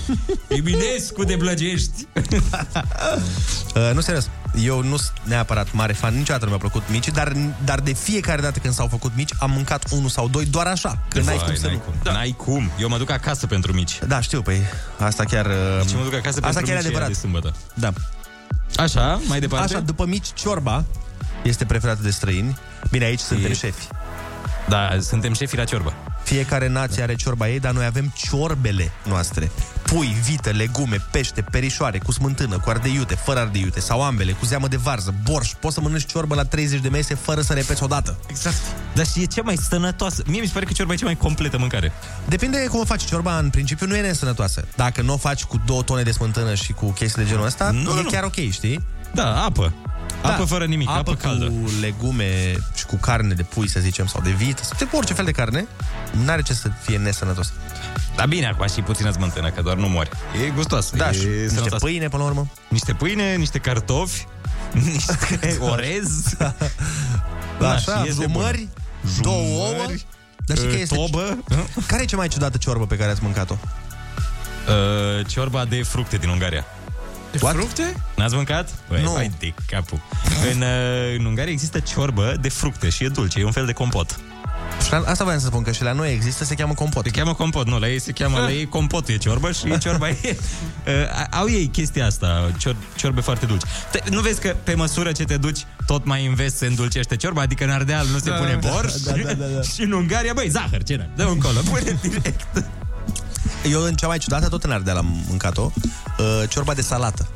Eminescu de Blăgești.
Uh, nu, serios, eu nu sunt neapărat mare fan, niciodată nu mi-a plăcut micii, dar, dar de fiecare dată când s-au făcut mici, am mâncat unul sau doi doar așa, că n-ai
Vai,
cum să
n-ai
nu.
cum. Da. N-ai cum. Eu mă duc acasă pentru mici.
Da, știu, păi asta chiar... um,
Deci mă duc acasă
asta
pentru
chiar e
mici
adevărat.
de sâmbătă.
Da.
Așa, mai departe?
Așa, după mici, ciorba este preferată de străini. Bine, aici suntem șefi.
Da, suntem șefi la ciorba.
Fiecare nație are ciorba ei, dar noi avem ciorbele noastre. Pui, vită, legume, pește, perișoare, cu smântână, cu ardei iute, fără ardei iute, sau ambele, cu zeamă de varză, borș. Poți să mănânci ciorbă la 30 de mese fără să repeți odată.
Exact. Dar și e cea mai sănătoasă. Mie mi se pare că ciorba e cea mai completă mâncare.
Depinde cum o faci ciorba, în principiu nu e nesănătoasă. Dacă nu o faci cu două tone de smântână și cu chestii de genul ăsta,
Nu,
nu, e
nu.
chiar ok, știi?
Da, apă. Apă fără nimic, apă caldă.
cu legume și cu carne de pui, să zicem, sau de vită, sau de orice fel de carne, n-are ce să fie nesănătos.
Dar bine, acum și puțină smântână, că doar nu mori. E gustoasă.
Da,
e
și niște pâine, până la urmă.
Niște pâine, niște cartofi, niște orez.
Da,
și
așa,
este
zumări,
bună.
două ouă,
Zumări,
dar și că
uh,
este...
tobă.
Care e cea mai ciudată ciorbă pe care ați mâncat-o?
Uh, ciorba de fructe din Ungaria. De fructe? N-ați mâncat? Băi,
Nu.
Hai de capul. în, uh, în Ungaria există ciorbă de fructe și e dulce, e un fel de compot.
Și la- asta voiam să spun, că și la noi există, se cheamă compot. Se
cheamă compot, nu, la ei se cheamă, la ei compot e ciorbă și ciorba e... Uh, au ei chestia asta, cior, ciorbe foarte dulci. Te, nu vezi că pe măsură ce te duci, tot mai investi se îndulcește ciorba, adică în Ardeal nu se
Da,
pune
da,
borș
da, da, da, da.
și în Ungaria, băi, zahăr, ce n-ai? Dă un colo, pune direct.
Eu în cea mai ciudată, tot în Ardeal am mâncat-o, uh, ciorba de salată.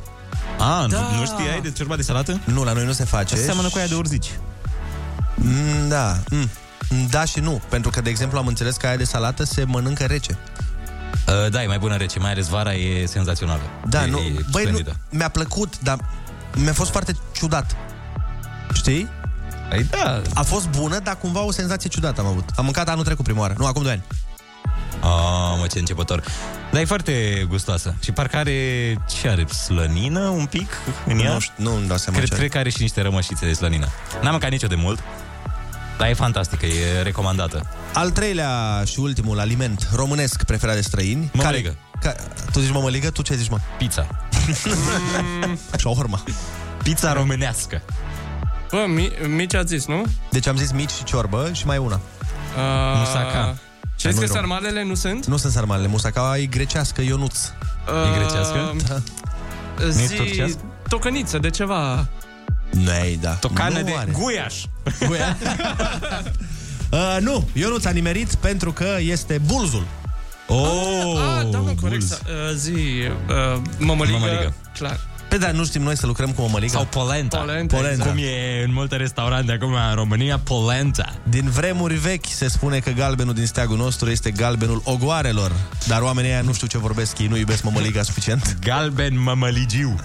A, da. nu, nu știai de ciorba de salată?
Nu, la noi nu se face.
Ce seamănă cu aia de urzici.
Mm, Da. Mm. Da și nu, pentru că, de exemplu, am înțeles că aia de salată se mănâncă rece.
Uh, da, e mai bună rece, mai ales vara e senzațională.
Da,
e,
nu,
e
băi, nu,
splendidă.
mi-a plăcut, dar mi-a fost foarte ciudat. Știi?
Ai, da.
A fost bună, dar cumva o senzație ciudată am avut. Am mâncat anul trecut prima oară, nu, acum 2 ani.
Ah, mă, ce începător. Dar e foarte gustoasă. Și parcă are, ce are, slănină un pic în ea?
Nu știu, nu îmi dau seama
cred,
ce are.
cred că are și niște rămășițe de slănină. N-am mâncat nicio de mult, dar e fantastică, e recomandată.
Al treilea și ultimul aliment românesc preferat de străini.
Mămăligă.
Care, ca, tu zici mămăligă, tu ce zici, mă?
Pizza.
Shawarma.
Pizza românească.
Bă, mi, mici ați zis, nu?
Deci am zis mici și ciorbă și mai una.
Uh,
Musaca.
Ce zici
Nu-i
că
rom.
sarmalele nu sunt?
Nu sunt sarmalele, musacaua e grecească, Ionuț.
E grecească?
Da.
Zi,
turcească?
tocăniță de ceva.
Nei, da.
Tocană
Nu
de
are.
guiaș.
Guia. uh, nu, Ionuț a nimerit pentru că este bulzul.
Oh,
ah, da, mă, corect. sa- Uh, zi, uh, mămăligă.
Mămăligă.
Clar.
Pe da, nu știm noi să lucrăm cu mămăligă.
Sau polenta.
Polenta,
Polenta. exact.
Cum e în multe restaurante acum în România, polenta.
Din vremuri vechi se spune că galbenul din steagul nostru este galbenul ogoarelor, dar oamenii aia nu știu ce vorbesc, ei nu iubesc mămăliga suficient.
Galben mămăligiu.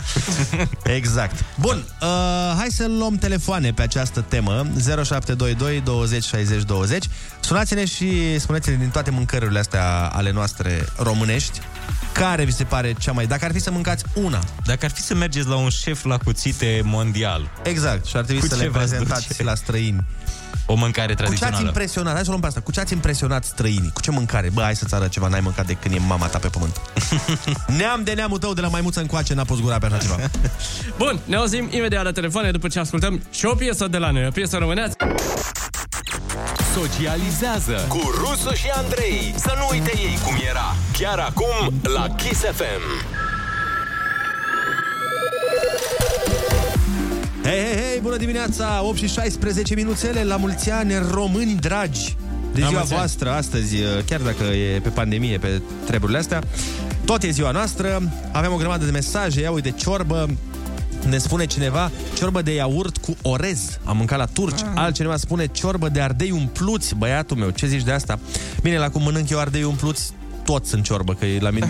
exact. Bun, uh, hai să luăm telefoane pe această temă 0722 20 60 20. Sunați-ne și spuneți-ne din toate mâncărurile astea ale noastre românești, care vi se pare cea mai... Dacă ar fi să mâncați una,
Dacă ar fi să mergeți la un șef la cuțite mondial.
exact, și ar trebui
Cu
să
ce
le
v-ați
prezentați
duce?
la străini.
O mâncare
Cu ce ați
tradițională.
impresionat? Hai să o luăm pe asta. Cu ce ați impresionat străinii? Cu ce mâncare? Bă, hai să-ți arăt ceva, n-ai mâncat de când e mama ta pe pământ. Neam de neamul tău de la maimuță încoace n-a pus gura pe așa ceva.
Bun, ne auzim imediat la telefoane după ce ascultăm și o piesă de la noi, o piesă românească.
Socializează cu Rusu și Andrei. Să nu uite ei cum era. Chiar acum la Kiss FM.
Hei, hei, hei, bună dimineața! 8 și 16 minuțele, la mulți ani, români dragi! De
La
Deci, ziua
mulți ani.
voastră astăzi, chiar dacă e pe pandemie, pe treburile astea, tot e ziua noastră, avem o grămadă de mesaje, ia uite, ciorbă, ne spune cineva, ciorbă de iaurt cu orez. Am mâncat la turci. Ah. Altcineva spune, ciorbă de ardei umpluți, băiatul meu. Ce zici de asta? Bine, la cum mănânc eu ardei umpluți, toți sunt ciorbă, că la mine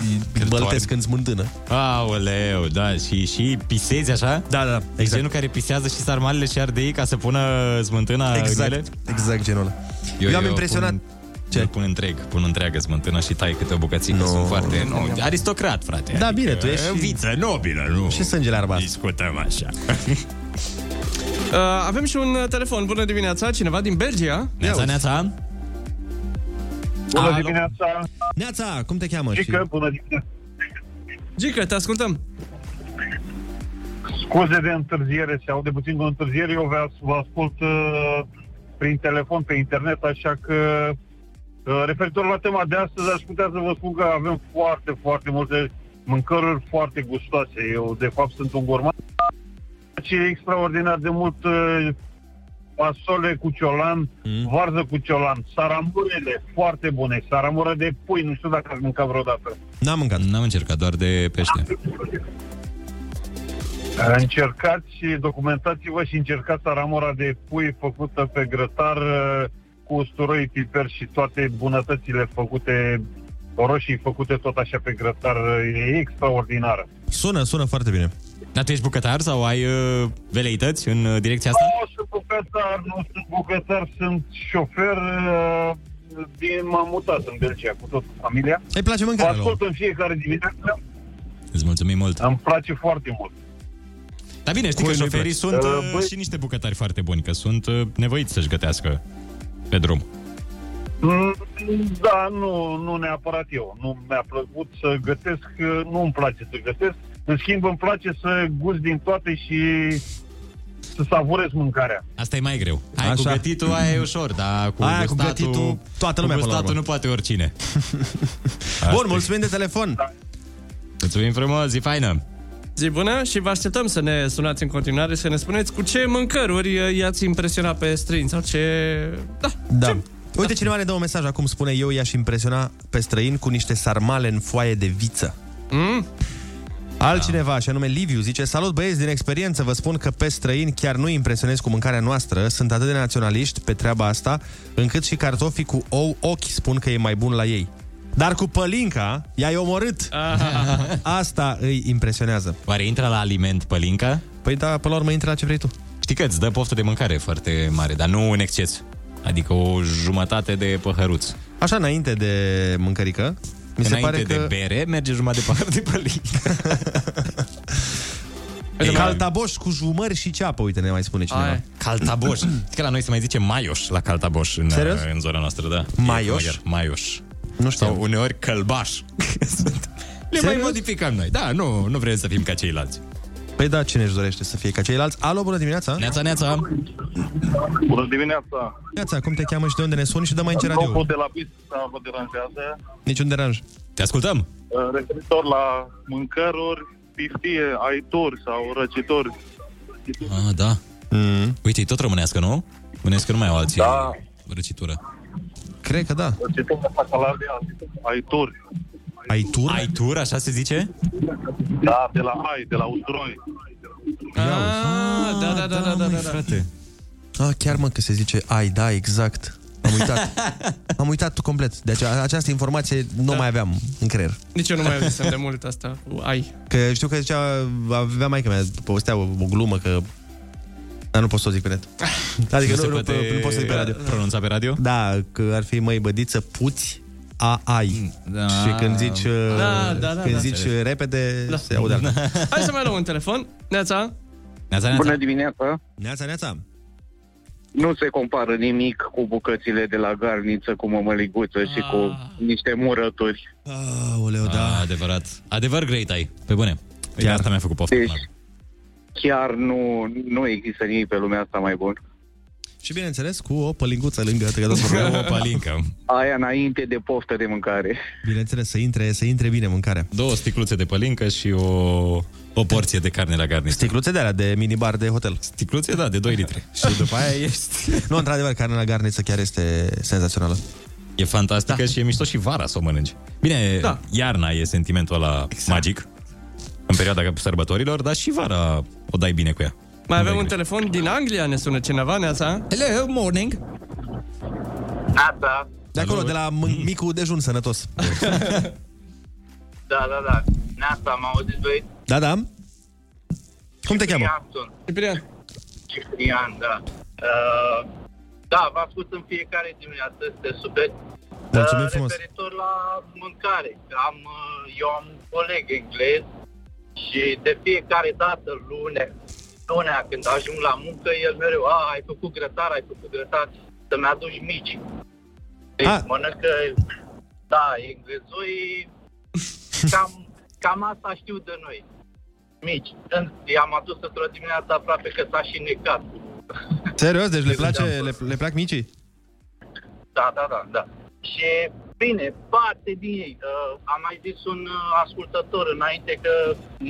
băltesc în smântână.
Aoleu, da, și, și pisezi așa?
Da, da,
exact. Genul care pisează și sarmalele și ardei ca să pună smântâna
Exact,
în ele?
exact genul ăla. Eu, eu am impresionat...
Pun, Ce? Eu pun întreg, pun întreagă smântână și tai câte o bucățică, no. sunt foarte... No, aristocrat, frate. adică
Da, bine, tu ești și-
Viță nobilă, nu?
Și sângele arbast.
Discutăm așa.
Uh, avem și un uh, telefon. Bună dimineața, cineva din Belgia.
Neața, neața.
Bună
Alo.
dimineața.
Neața, cum te cheamă?
Gică, bună dimineața. Gică, te ascultăm.
Scuze de întârziere, se aude puțin de întârziere, eu vă as- vă ascult uh, prin telefon, pe internet, așa că uh, referitor la tema de astăzi, aș putea să vă spun că avem foarte, foarte multe mâncăruri foarte gustoase. Eu, de fapt, sunt un gorman și extraordinar de mult uh, fasole cu ciolan, mm. varză cu ciolan, saramurele foarte bune, saramură de pui, nu știu dacă ați mâncat vreodată.
N-am mâncat. N-am încercat, doar de pește.
Încercați, și documentați-vă și încercați saramura de pui făcută pe grătar uh, cu usturoi, piper și toate bunătățile făcute, roșii făcute tot așa pe grătar, uh, e extraordinară.
Sună, sună foarte bine. Dar tu ești bucătar sau ai uh, veleități în uh, direcția asta?
Nu sunt bucătar, nu sunt bucătar, sunt șofer uh, din, m-am mutat în Belgia cu tot familia.
Îi place
Vă ascult în fiecare dimineață,
Îți mulțumim mult.
îmi place foarte mult.
Dar bine, știi
Cu
că
unii
șoferii
plăci.
sunt
Uh,
uh,
băi-
și niște bucătari foarte buni, că sunt uh, nevoiți să-și gătească pe drum.
Mm, Da, nu, nu neapărat eu. Nu mi-a plăcut să gătesc, nu îmi place să gătesc. În schimb, îmi place să gust din toate și să savurez mâncarea.
Asta e mai greu. Hai, Așa. cu
Așa.
gătitul aia e ușor, dar cu
Aia cu
gustatul,
gătitul, toată lumea,
cu
până la
gustatul
urmă.
nu poate oricine.
Bun, mulțumim de telefon.
Mulțumim frumos, zi faină!
Zi bună și vă așteptăm să ne sunați în continuare să ne spuneți cu ce mâncăruri uh, i-ați impresionat pe străini sau ce... Da,
Da. Uite, cineva ne dă un mesaj acum, spune eu i-aș impresiona pe străin cu niște sarmale în foaie de viță.
Mm?
Altcineva, și anume Liviu, zice Salut băieți, din experiență vă spun că pe străini chiar nu impresionez cu mâncarea noastră Sunt atât de naționaliști pe treaba asta Încât și cartofii cu ou ochi spun că e mai bun la ei Dar cu pălinca i-ai omorât Asta îi impresionează
Oare intră la aliment pălinca?
Păi da, până la urmă intră la ce vrei tu.
Știi că îți dă poftă de mâncare foarte mare, dar nu în exces. Adică o jumătate de păhăruț.
Așa înainte de mâncărică Mi se pare
Înainte
că...
de bere, merge jumătate de pahar de pălincă.
Ei, Caltaboș cu jumări și ceapă, uite, ne mai spune cineva.
Aia. Caltaboș. Știi că la noi se mai zice maioș la Caltaboș în,
Serios?
în zona noastră, da.
Maioș?
E chiar Maioș.
Nu știu.
Sau uneori călbaș. Sunt- Le mai
Serios?
modificăm noi. Da, nu, nu vrem să fim ca ceilalți.
Păi da, cine își dorește să fie ca ceilalți? Alo, bună dimineața!
Neața, neața!
Bună dimineața!
Neața, cum te cheamă și de unde ne suni și de mai ce radio?
Locul de la pizza vă deranjează.
Niciun deranj.
Te ascultăm!
Uh, Referitor la mâncăruri, piftie, aitori sau răcitori.
Ah, da. Mm. Uite, e tot românească, nu? Bănesc că nu mai au alții da. răcitură.
Cred că da.
Răcitori de pacalar de alb. Aitori.
Ai tur?
Ai tur, așa se zice?
Da, de la ai, de la usturoi.
Ah, da, da, da, da, da, da, da.
Ah, chiar mă că se zice ai, da, exact. Am uitat. Am uitat complet. Deci a- această informație nu da. mai aveam în creier.
Nici eu nu mai auzisem de mult asta cu ai.
Că știu că zicea, avea maica mea, povestea o, o glumă că... Dar nu pot să o zic pe net. Adică nu, nu, nu, nu pot să zic pe radio.
Pronunța pe radio?
Da, că ar fi mai bădiță puți a ai. Da. Și când zici, uh,
Da, da, da,
când
da.
zici
Înțeles.
repede, da. se aude altfel.
Hai să mai luăm un telefon. Neața.
Neața,
Bună dimineața!
Neața, neața!
Nu se compară nimic cu bucățile de la garniță, cu mămăliguță și cu
Ah.
niște murături.
Aoleu,
da. Adevărat. Adevăr great ai. Pe bune. Uite, asta mi-a făcut poftă.
Deci, chiar nu, nu există nimic pe lumea asta mai bun.
Și bineînțeles, cu o pălinguță lângă te gata să vorbim.
O palincă.
Aia înainte de poftă de mâncare.
Bineînțeles, să intre, să intre bine mâncarea.
Două sticluțe de pălincă și o, o porție de carne la garniță.
Sticluțe de alea de minibar de hotel.
Sticluțe, da, de 2 litri. și după aia ești...
Nu, într-adevăr, carnea la garniță chiar este senzațională.
E fantastică da. și e mișto și vara să o mănânci. Bine, da. iarna e sentimentul ăla exact. magic în perioada sărbătorilor, dar și vara o dai bine cu ea.
Mai avem un telefon din Anglia, ne sună cineva, Neața.
Hello, morning.
Asta.
De acolo, de la m- micul dejun sănătos.
Da, da, da. Neața, m-au auzit, băieți?
Da, da. Cum te cheamă?
Ciprian sunt. Ciprian, da. Uh, da, vă ascult în fiecare dimineață, sunteți super.
Mulțumim
Uh,
frumos.
Referitor la mâncare, că am, uh, eu am un coleg englez și de fiecare dată lune, lunea când ajung la muncă, el mereu, a, ai făcut grătar, ai făcut grătar, să-mi aduci mici. Deci
Ah.
mănâncă, da, englezoi, cam, cam asta știu de noi. Mici. În- I-am adus într-o dimineață aproape că s-a și necat.
Serios, deci le, place, le, le plac micii?
Da, da, da, da. Și bine, parte din ei. Uh, am mai zis un uh, ascultător înainte că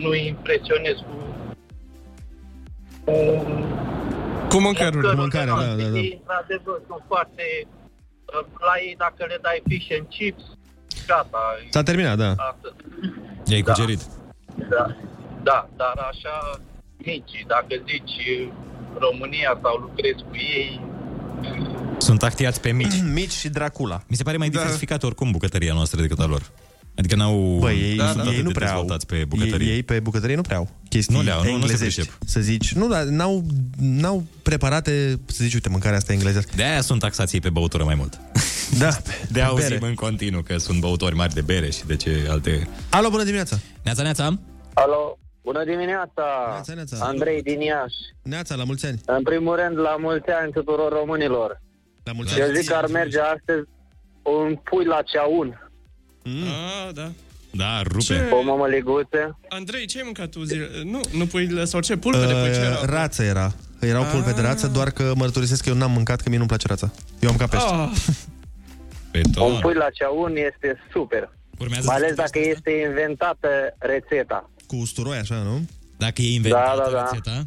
nu îi impresionez cu, cu
Cu mâncărurile.
Cu mâncarea, da, da, da.
Ei, într-adevăr, sunt foarte... uh, La ei, dacă le dai fish and chips, gata.
S-a terminat, da.
Asta.
I-ai cucerit.
Da, da, dar așa mici, dacă zici uh, România sau lucrezi cu ei,
Sunt tactiați pe mici.
mici și Dracula.
Mi se pare mai da. diversificat oricum bucătăria noastră decât a lor. Adică n-au...
Băi, ei,
da, da,
ei nu prea au.
pe bucătărie.
Ei, ei pe bucătărie nu prea au chestii
Nu le au, nu- nu se
englezești,
pricep.
să zici. Nu, dar n-au, n-au preparate, să zici, uite, mâncarea asta engleză.
De-aia sunt taxații pe băutură mai mult.
Da,
De auzim
bere.
în continuu că sunt băutori mari de bere și de ce alte...
Alo, bună dimineața!
Neața, neața!
Alo, bună dimineața!
Neața, neața.
Andrei din Iași.
Neața, la mulți ani!
În primul rând, la mulți ani tuturor românilor.
La
mulți Eu zic că ar merge astăzi un pui la ceaun.
Mm.
Ah, da.
Da,
Ce?
rupe.
O mămăliguță.
Andrei, ce ai mâncat tu zile? Nu, nu puile sau ce? Pulpe
Uh,
de pui ce era?
rață era. Erau pulpe de rață, doar că mărturisesc că eu n-am mâncat, că mie nu-mi place rața. Eu am ca pește.
Ah.
Un pui la ceaun este super.
Urmează
Mai ales dacă este inventată rețeta.
Cu usturoi, așa, nu?
Dacă e
da, da, da.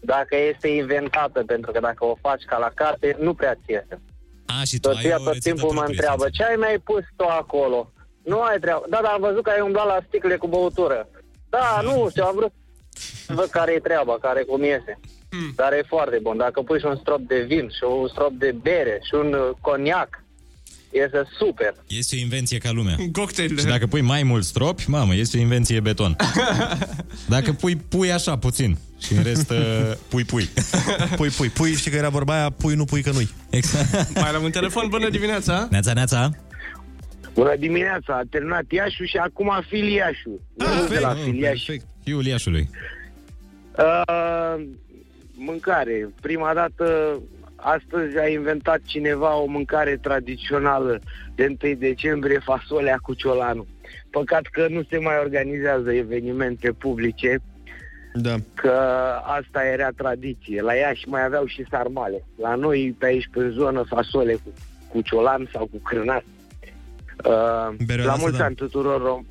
Dacă este inventată, pentru că dacă o faci ca la carte, nu prea ți iese.
A, și
tu Soția tot timpul mă întreabă, ce ai mai pus tu acolo? Nu ai treabă. Da, dar am văzut că ai umblat la sticle cu băutură. Da, nu știu, am vrut să văd care e treaba, care cum iese. Dar e foarte bun. Dacă pui și un strop de vin și un strop de bere și un uh, coniac, iese super.
Este o invenție ca lumea.
Cocktail.
Și dacă pui mai mult stropi, mamă, este o invenție beton. Dacă pui pui așa puțin și în rest uh, pui pui.
Pui, pui, pui, știi că era vorba aia, pui, nu pui, că nu-i.
Exact.
Mai luăm un telefon, bună dimineața!
Neața, neața.
Bună dimineața, a terminat Iașul și acum Filiașul. Ah, de la Filiaș.
Perfect. Fiul Iașului.
Uh, mâncare. Prima dată, astăzi a inventat cineva o mâncare tradițională de 1 decembrie, fasolea cu ciolanul. Păcat că nu se mai organizează evenimente publice,
Da.
că asta era tradiție. La Iași mai aveau și sarmale. La noi, pe aici, pe zonă, fasole cu, cu ciolan sau cu crânat. Uh, la
Bereoană,
mulți
da.
ani tuturor rom-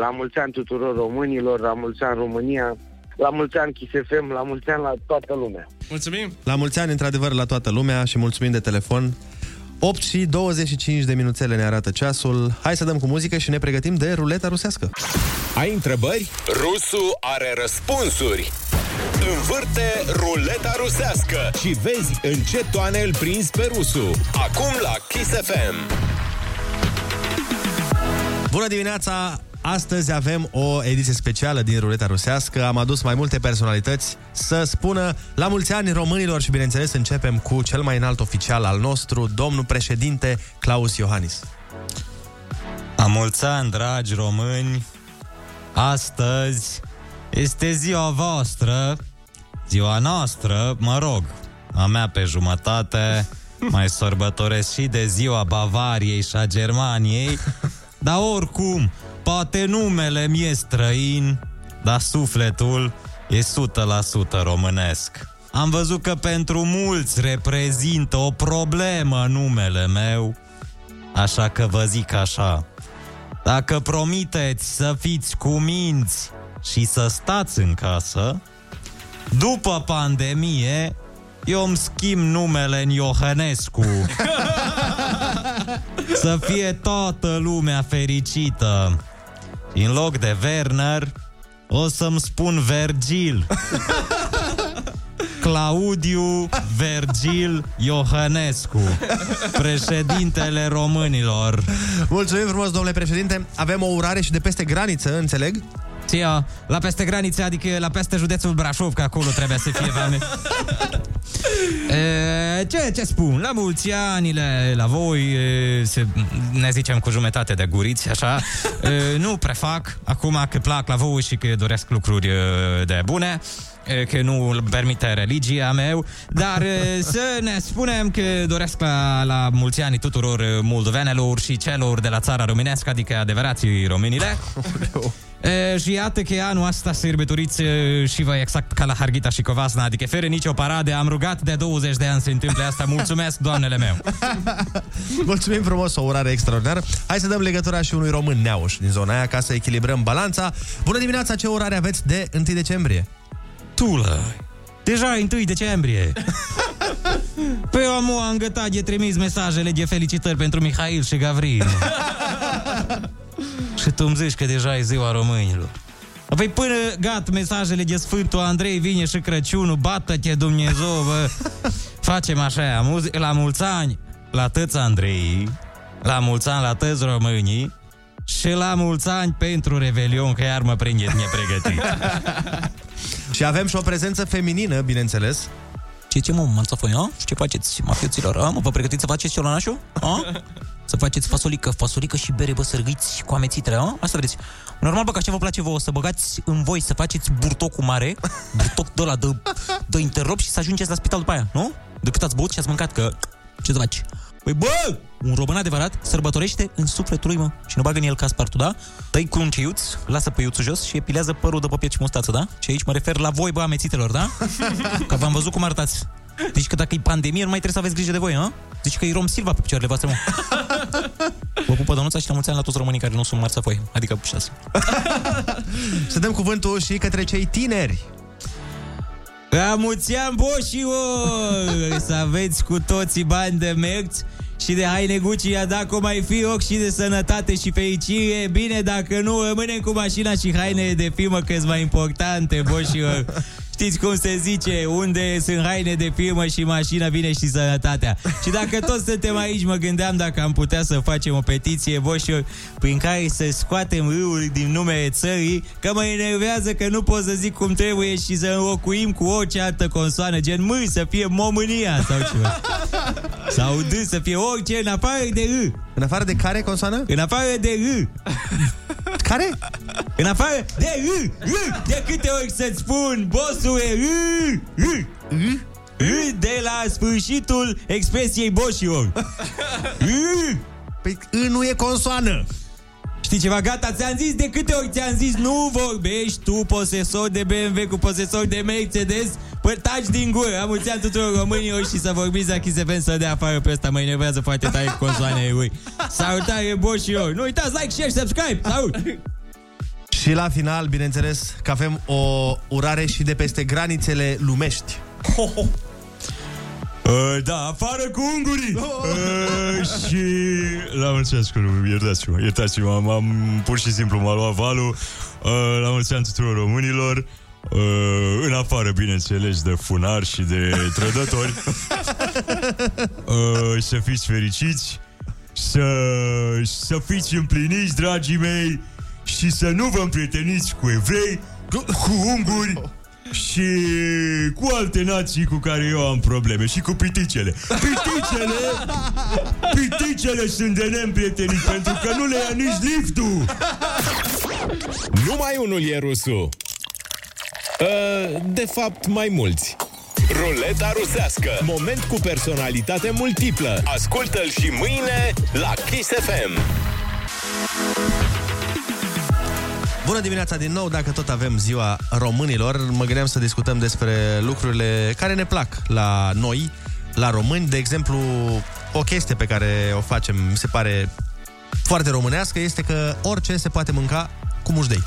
la mulți ani tuturor românilor, la mulți ani România, la mulți ani Chisefem, la mulți ani la toată lumea.
Mulțumim!
La mulți ani, într-adevăr, la toată lumea și mulțumim de telefon. 8 și 25 de minuțele ne arată ceasul. Hai să dăm cu muzică și ne pregătim de ruleta rusească.
Ai întrebări? Rusu are răspunsuri. Învârte ruleta rusească și vezi în ce toane îl prinzi pe Rusu. Acum la Kiss FM.
Bună dimineața! Astăzi avem o ediție specială din Ruleta Rusească. Am adus mai multe personalități să spună la mulți ani românilor și, bineînțeles, începem cu cel mai înalt oficial al nostru, domnul președinte Claus Iohannis.
A mulți ani, dragi români! Astăzi este ziua voastră, ziua noastră, mă rog, a mea pe jumătate, mai sărbătoresc și de ziua Bavariei și a Germaniei, dar oricum, poate numele mi-e străin, dar sufletul e 100% românesc. Am văzut că pentru mulți reprezintă o problemă numele meu, Așa că vă zic așa. Dacă promiteți să fiți cu minți și să stați în casă, după pandemie, eu îmi schimb numele în Iohănescu. să fie toată lumea fericită. Și în loc de Werner, o să-mi spun Vergil. Claudiu Vergil Iohănescu, președintele românilor.
Mulțumim frumos, domnule președinte! Avem o urare și de peste graniță, înțeleg?
Ția, la peste graniță, adică la peste județul Brașov, că acolo trebuie să fie vame. E, ce, ce spun? La mulți anile, la voi, e, se, ne zicem cu jumătate de guriți, așa. E, nu prefac, acum că plac la voi și că doresc lucruri e, de bune, e, că nu îl permite religia meu, dar e, să ne spunem că doresc la, la mulți ani tuturor e, moldovenelor și celor de la țara românească, adică adevărații românile. E, și iată că anul asta sărbătoriți e, și voi exact ca la Harghita și Covasna, adică fără nicio parade, am rugat de 20 de ani să întâmple asta. Mulțumesc, doamnele meu!
Mulțumim frumos, o urare extraordinară. Hai să dăm legătura și unui român neauș din zona aia ca să echilibrăm balanța. Bună dimineața, ce orare aveți de 1 decembrie?
Tulă! Deja e 1 decembrie! Pe omul a îngătat de trimis mesajele de felicitări pentru Mihail și Gavril. și tu îmi zici că deja e ziua românilor. Păi până gat mesajele de Sfântul Andrei vine și Crăciunul, bată-te Dumnezeu, bă. Facem așa, muzi- la mulți ani la tăți Andrei, la mulți ani la tăți românii și la mulți ani pentru Revelion, că iar mă prinde nepregătit.
Și avem și o prezență feminină, bineînțeles.
Ce ce mă, mă eu? Și ce faceți, mafioților? A, mă, vă pregătiți să faceți ciolanașul? A? Să faceți fasolică, fasolică și bere, bă, sărgiți cu amețitre, a? Asta vreți. Normal, bă, că așa vă place vouă, să băgați în voi, să faceți burtocul mare, burtoc de ăla, de, de interop și să ajungeți la spital după aia, nu? De cât ați băut și ați mâncat, că ce să faci? Păi bă, un român adevărat sărbătorește în sufletul lui, mă, și nu bagă în el caspartul, da? Tăi cu un ceiuț, lasă pe iuțul jos și epilează părul de pe piept și mustață, da? Și aici mă refer la voi, bă, amețitelor, da? Că v-am văzut cum arătați. Deci că dacă e pandemie, nu mai trebuie să aveți grijă de voi, nu? Zici că e Rom Silva pe picioarele voastre, mă. Vă pupă donuța și la mulți ani la toți românii care nu sunt marți apoi, adică șase.
Să dăm cuvântul și către cei tineri.
La mulți ani, boșio! Să aveți cu toții bani de merți și de haine Gucci, iar dacă o mai fi ochi și de sănătate și fericire, bine, dacă nu, rămânem cu mașina și hainele de firmă, că mai importante, boșilor. Știți cum se zice, unde sunt haine de firmă și mașina vine și sănătatea. Și dacă toți suntem aici, mă gândeam dacă am putea să facem o petiție, boșilor, prin care să scoatem râul din numele țării, că mă enervează că nu pot să zic cum trebuie și să înlocuim cu orice altă consoană, gen M să fie Momânia sau ceva. Sau D să fie orice în afară de R.
În afară de care consoană?
În afară de R.
Care?
În afară de R. R. De câte ori să-ți spun, bossul e R. R. R. R de la sfârșitul expresiei boșilor. R.
Păi R nu e consoană.
Știi ceva? Gata, ți-am zis de câte ori ți-am zis Nu vorbești tu, posesor de BMW cu posesor de Mercedes Păi taci din gură, am mulți ani tuturor românilor și să vorbiți la Kiss FM să dea afară pe ăsta Mă enervează foarte tare cu consoanele lui Salutare, boșilor! Nu uitați, like, share, subscribe! Salut!
Și la final, bineînțeles, că avem o urare și de peste granițele lumești.
Ho, ho.
Ă,
Uh, da, afară cu ungurii! Uh, și...
La mulți ani, scură, iertați-mă, iertați-mă, am, am, pur și simplu m-a luat valul. Uh, la mulți ani tuturor românilor, uh, în afară, bineînțeles, de funari și de trădători. uh, să fiți fericiți, să, să fiți împliniți, dragii mei, și să nu vă împrieteniți cu evrei, cu unguri, și cu alte nații cu care eu am probleme Și cu piticele Piticele Piticele sunt de neîmprietenit Pentru că nu le ia nici liftul
Numai unul e rusul. Uh, De fapt, mai mulți. Ruleta rusească. Moment cu personalitate multiplă. Ascultă-l și mâine la Kiss FM.
Bună dimineața din nou, dacă tot avem ziua românilor, mă gândeam să discutăm despre lucrurile care ne plac la noi, la români. De exemplu, o chestie pe care o facem, mi se pare foarte românească, este că orice se poate mânca cu mușdei.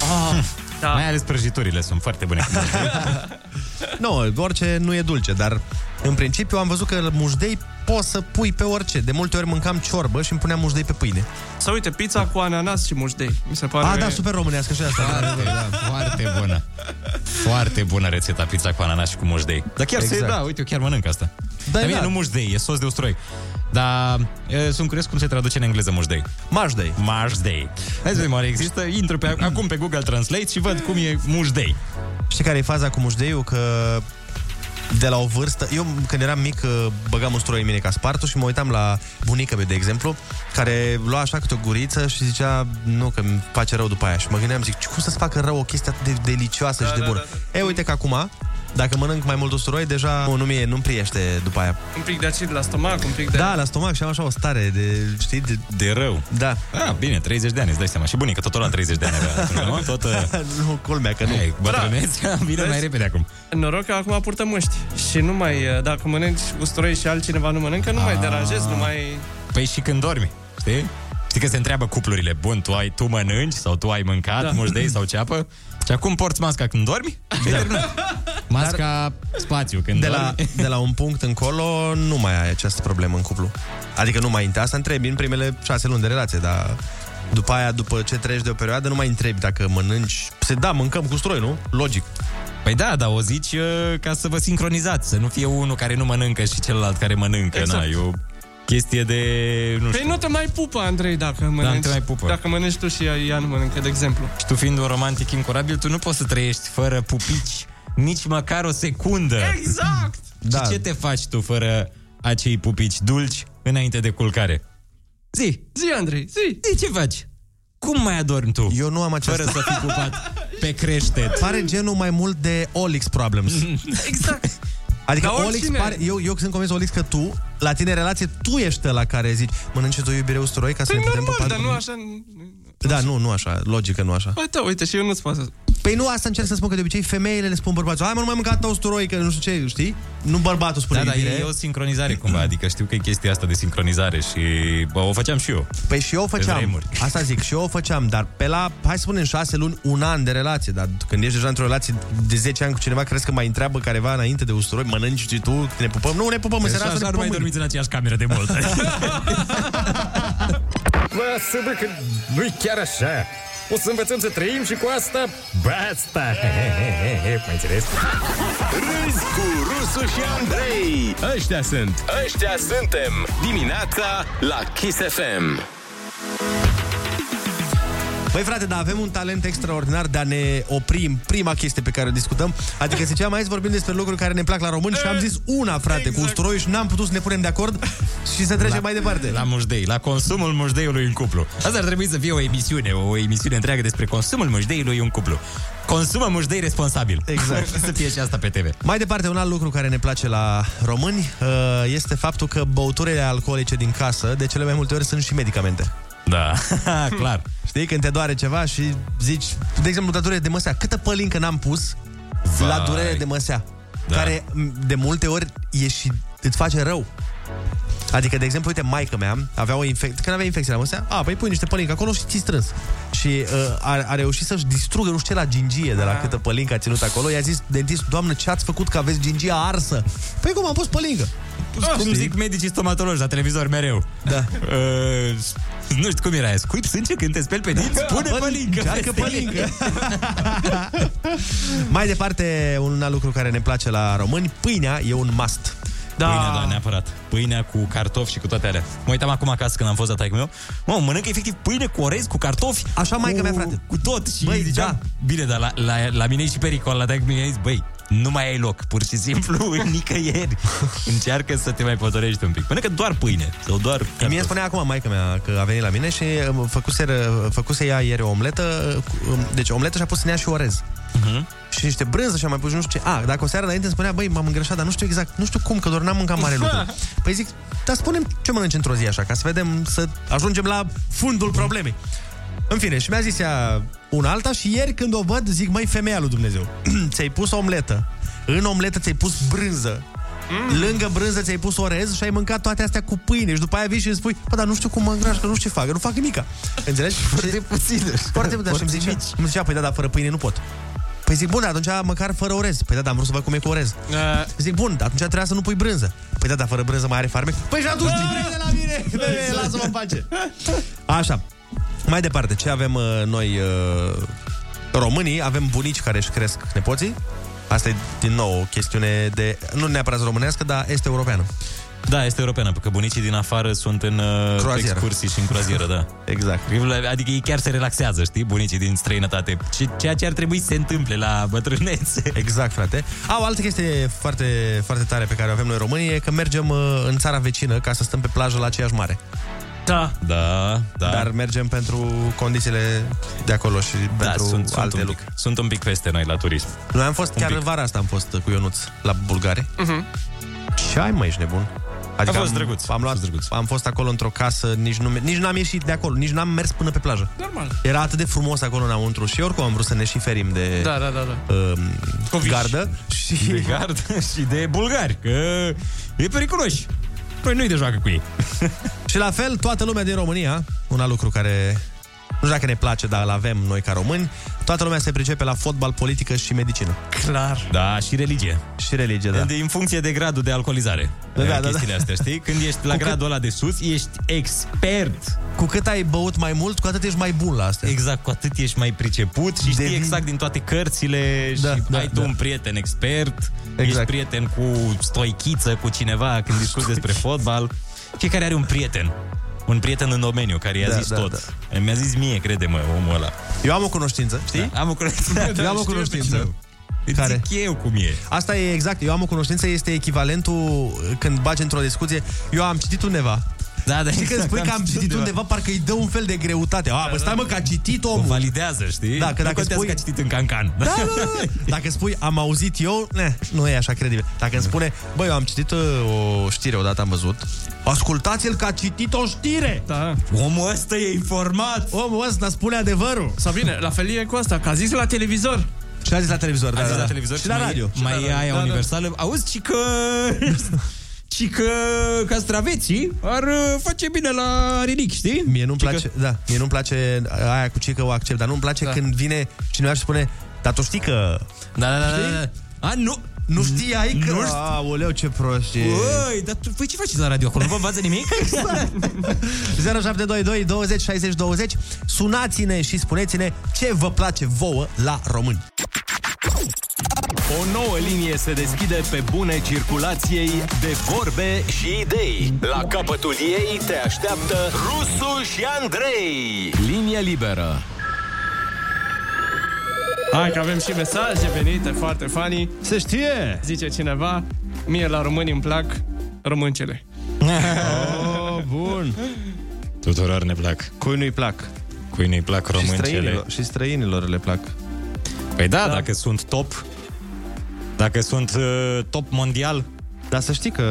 Ah, da. Mai ales prăjiturile sunt foarte bune cu mușdei.
Nu, orice nu e dulce, dar în principiu am văzut că mușdei poți să pui pe orice. De multe ori mâncam ciorbă și îmi puneam mușdei pe pâine.
Sau uite, pizza cu ananas și mușdei. Mi se pare...
A, da, super românească și asta.
Foarte,
da,
foarte bună. Foarte bună rețeta pizza cu ananas și cu mușdei. Dar chiar exact. se,
Exact.
da, uite, eu chiar mănânc asta.
Da,
Da, Dar mie
da.
nu mușdei, e sos de ustroi. Dar e, sunt curios cum se traduce în engleză mușdei.
Mușdei.
Mușdei. Hai să vedem, oare există? Intru pe, acum pe Google Translate și văd cum e mușdei.
Știi care e faza cu mușdeiul? Că de la o vârstă... Eu, când eram mic, uh, băgam usturoi în mine ca spartul și mă uitam la bunica mea, de exemplu, care lua așa câte o guriță și zicea, nu, că mi face rău după aia. Și mă gândeam, zic, cum să-ți facă rău o chestie atât de delicioasă
Da,
și de
da,
bună?
da,
E, uite că acum, dacă mănânc mai mult usturoi, deja nu, nu mi nu-mi priește după aia.
Un pic de acid la stomac, un pic de...
Da, la stomac și am așa o stare de, știi, de...
De rău.
Da.
Ah, bine, 30 de ani, îți dai seama. Și bunica, tot la 30 de ani avea. atunci, nu? Tot... Uh...
nu, culmea că nu.
Hai, bătrâneți, vine mai repede acum.
Noroc că acum purtăm măști. Și nu mai, uh, dacă mănânci usturoi și altcineva nu mănâncă, nu mai
Ah.
deranjezi, nu mai...
Păi și când dormi, știi? Știi că se întreabă cuplurile, bun, tu, ai, tu mănânci sau tu ai mâncat da. mușdei sau ceapă? Și acum porți masca când dormi? Da. Masca, Dar... spațiu. Când
de la,
dormi.
de la un punct încolo nu mai ai această problemă în cuplu. Adică nu mai intre. Asta întrebi în primele șase luni de relație, dar după aia, după ce treci de o perioadă, nu mai întrebi dacă mănânci. Se da, mâncăm cu stroi, nu? Logic.
Păi da, dar o zici uh, ca să vă sincronizați, să nu fie unul care nu mănâncă și celălalt care mănâncă. Exact.
Exact.
Na, e o chestie de... Nu știu. Da,
Păi nu te mai pupă, Andrei, dacă mănânci.
nu te mai pupă.
Dacă mănânci tu și ea, ea nu mănâncă, de exemplu.
Și tu fiind un romantic incurabil, tu nu poți să trăiești fără pupici nici măcar o secundă.
Exact!
Da. Și ce te faci tu fără acei pupici dulci înainte de culcare? Zi!
Zi, Andrei, zi!
Zi, ce faci? Cum mai adormi tu?
Eu nu am
această... Fără să fii cupat pe creștet.
Pare genul mai mult de Olix Problems.
Exact.
Adică
Dar
Olix
oricine.
pare, eu, eu sunt convins, Olix, că tu, la tine în relație, tu ești la care zici, mănânci tu iubire usturoi ca să
Păi
ne putem
normal,
pupa
dar nu
după-
așa...
Da, nu, nu așa, logică nu așa.
Păi da, uite, și eu nu-ți pot să...
Păi nu, asta încerc să spun că de obicei femeile le spun bărbaților, hai mă, nu mai mâncat usturoi, că nu știu ce, știi? Nu bărbatul spune
Da, da,
iubire.
e, e o sincronizare cumva, adică știu că e chestia asta de sincronizare și bă, o făceam și eu.
Păi și eu o făceam.
vremuri.
Asta zic, și eu o făceam, dar pe la, hai să spunem, șase luni, un an de relație, dar când ești deja într-o relație de 10 ani cu cineva, crezi că mai întreabă careva înainte de usturoi, mănânci și tu, ne pupăm? Nu, ne pupăm, în
Deci
seara asta
așa
ne
nu mai
pupăm mâine.
dormiți în aceeași cameră de mult.
Lasă, bă, că nu-i chiar așa. O să învățăm să trăim și cu asta basta. Mai înțeles?
Râzi cu Rusu și Andrei. Ăștia sunt. Ăștia suntem. Dimineața la Kiss FM.
Băi Păi, frate, dar avem un talent extraordinar de a ne opri în prima chestie pe care o discutăm. Adică ziceam aici vorbim despre lucruri care ne plac la români și am zis una, frate, exact. cu usturoiul și n-am putut să ne punem de acord și să trecem mai departe.
La mușdei, la consumul mușdeiului în cuplu. Asta ar trebui să fie o emisiune, o emisiune întreagă despre consumul mușdeiului în cuplu. Consumă mușdei responsabil.
Exact.
să fie și asta pe TV.
Mai departe, un alt lucru care ne place la români ă, este faptul că băuturile alcoolice din casă, de cele mai multe ori, sunt și medicamente.
Da, clar.
Știi, când te doare ceva și zici, de exemplu, la durere de măsea, câtă pălincă n-am pus
Vai.
la durere de măsea,
Da.
da. care m, de multe ori e și îți face rău. Adică, de exemplu, uite, maica mea avea o infecție, când avea infecție la măsea, a, păi pui niște pălincă acolo și ți strâns. Și uh, a, a, reușit să-și distrugă, nu știu ce, la gingie
Da.
de la câtă pălincă a ținut acolo. I-a zis dentistul, doamnă, ce ați făcut că aveți gingia arsă? Păi cum, am pus pălincă.
Cum zic medicii stomatologi la televizor mereu.
Ah, Da.
Uh, nu știu cum era aia. Scuip sânge când te speli pe dinți? Pune
Pălincă,
pălincă.
încearcă
peste
pălincă.
ele.
Mai departe, un alt lucru care ne place la români, pâinea e un must.
Da. Pâinea,
Ah.
da, neapărat. Pâinea cu cartofi și cu toate alea. Mă uitam acum acasă când am fost la taică meu. Mă, mănânc efectiv pâine cu orez, cu cartofi.
Așa mai că mea, frate.
Cu tot. Și Băi, ziceam, da. bine, dar la, la, la mine e și pericol la taică mi zis, băi, nu mai ai loc, pur și simplu, nicăieri. Încearcă să te mai potorești un pic. Mănâncă doar pâine sau doar
Mie îmi spunea acum maica mea că a venit la mine și um, făcuseră, făcuse ea ieri o omletă, cu- um, deci omletă și-a pus în ea și orez.
Mhm.
Uh-huh. Și niște brânză și-a mai pus și nu știu ce. A, dacă o seară înainte îmi spunea, băi, m-am îngreșat, dar nu știu exact, nu știu cum, că doar n-am mâncat mare lucru. Păi zic, dar spunem ce mănânci într-o zi așa, ca să vedem, să ajungem la fundul
Mhm.
problemei. În fine, și mi-a zis ea una alta și ieri când o văd, zic, măi, femeia lui Dumnezeu, ți-ai pus omletă, în omletă ți-ai pus brânză, Mm. Lângă brânză ți-ai pus orez și ai mâncat toate astea cu pâine și după aia vii și îmi spui, bă, dar nu știu cum mă îngraș, că nu știu ce fac, că nu fac nimica. Înțelegi? Foarte puțin. Foarte puțin. Și îmi zicea, îmi zicea, păi da, dar fără pâine nu pot. Păi zic, bun, atunci măcar fără orez. Păi da, dar am vrut să văd cum e cu orez. Zic, bun, dar atunci trebuia să nu pui brânză. Păi da, dar fără brânză mai are farmec. Păi și
Da.
atunci, direct de la mine,
Exact.
femeie, lasă-mă în pace. Așa. Mai departe, ce avem uh, noi uh, românii? Avem bunici care își cresc nepoții. Asta e din nou o chestiune de, nu neapărat românească, dar este europeană.
Da, este europeană, că bunicii din afară sunt în uh,
Croazieră.
excursii și în croazieră, da.
exact.
Adică ei chiar se relaxează, știi, bunicii din străinătate. Ce- Ceea ce ar trebui să se întâmple la bătrânețe.
Exact, frate. A, o altă chestie foarte, foarte tare pe care o avem noi românii e că mergem uh, în țara vecină ca să stăm pe plajă la aceeași mare.
Da.
Da, da.
Dar mergem pentru condițiile de acolo și
Da,
pentru
sunt, sunt,
alte
un pic,
lucruri.
sunt un pic peste noi la turism.
Noi am fost,
Un
chiar
pic.
vara asta am fost uh, cu Ionuț la Bulgare. Ce ai, mă, ești nebun? Adică
A fost
am,
drăguț,
Am, luat, drăguț. am fost acolo într-o casă, nici, nu, nici n-am ieșit de acolo, nici n-am mers până pe plajă.
Normal.
Era atât de frumos acolo înăuntru și oricum am vrut să ne și ferim de
Da, da, da, da.
uh, gardă. Și...
De gard și de bulgari, că e periculoși. Păi nu-i de joacă cu ei.
Și la fel, toată lumea din România, un alt lucru care Nu știu dacă ne place, dar îl avem noi ca români. Toată lumea se pricepe la fotbal, politică și medicină.
Clar. Da, și religie.
Și religie, da.
De, în funcție de gradul de alcoolizare.
Da, da, da.
Chestiile astea, știi? Când ești la
Cu cât-
gradul ăla de sus, ești expert.
Cu cât ai băut mai mult, cu atât ești mai bun la asta.
Exact, cu atât ești mai priceput și știi exact din toate cărțile da, și da, ai tu da. un prieten expert, exact. ești prieten cu stoichiță, cu cineva când discuți despre fotbal. Fiecare are un prieten. Un prieten în domeniu care i-a da, zis da, tot. Da. Mi-a zis mie, crede-mă, omul ăla.
Eu am o cunoștință, știi?
Da. Am o cunoștință.
Eu am o
Știu
cunoștință.
Îți
Care?
zic eu cum e.
Asta e exact, eu am o cunoștință, este echivalentul uh, când bagi într-o discuție, eu am citit undeva.
Da, da,
Știi când
exact,
spui
am
că am
citit
citit undeva,
undeva,
parcă îi dă un fel de greutate. A, bă, stai mă că a citit
O
omul.
validează, știi?
Da, că
nu
dacă
contează
spui-
că a citit în cancan.
Da, da, da. Dacă spui am auzit eu, ne, nu e așa credibil. Dacă îmi spune, băi, eu am citit uh, o știre odată, am văzut. Ascultați-l că a citit o știre!
Da.
Omul ăsta e informat!
Omul ăsta spune adevărul!
Sau bine, la fel e cu asta, că a zis la televizor.
Și a zis la televizor, da,
A zis la televizor
și la
mai-
radio.
Mai
Și
e
la
aia
radio. Da,
universală. Auzi, ci că... Ci că castraveții ar uh, face bine la rinic, știi?
Mie nu-mi place, da, mie nu-mi place aia cu cică o accept, dar nu-mi place
Da.
da. când vine cineva și spune, dar tu știi că...
Da, da, da, da, da. A, nu...
Nu știai că...
Nu
Nu
știu.
Aoleu, ce prost e.
Oi, dar tu, voi ce faceți la radio acolo? Nu vă învață nimic?
0722 20 60 20 Sunați-ne și spuneți-ne ce vă place vouă la români.
O nouă linie se deschide pe bune circulației de vorbe și idei. La capătul ei te așteaptă Rusu și Andrei. Linie liberă.
Hai că avem și mesaje venite foarte funny.
Se știe!
Zice cineva, mie la români îmi plac româncele.
oh,
bun.
Tuturor ne plac.
Cui nu-i plac?
Cui nu-i plac
Și
româncele.
străinilor, și străinilor le plac.
Păi da, da, dacă sunt top, dacă sunt uh, top mondial,
dar să știi că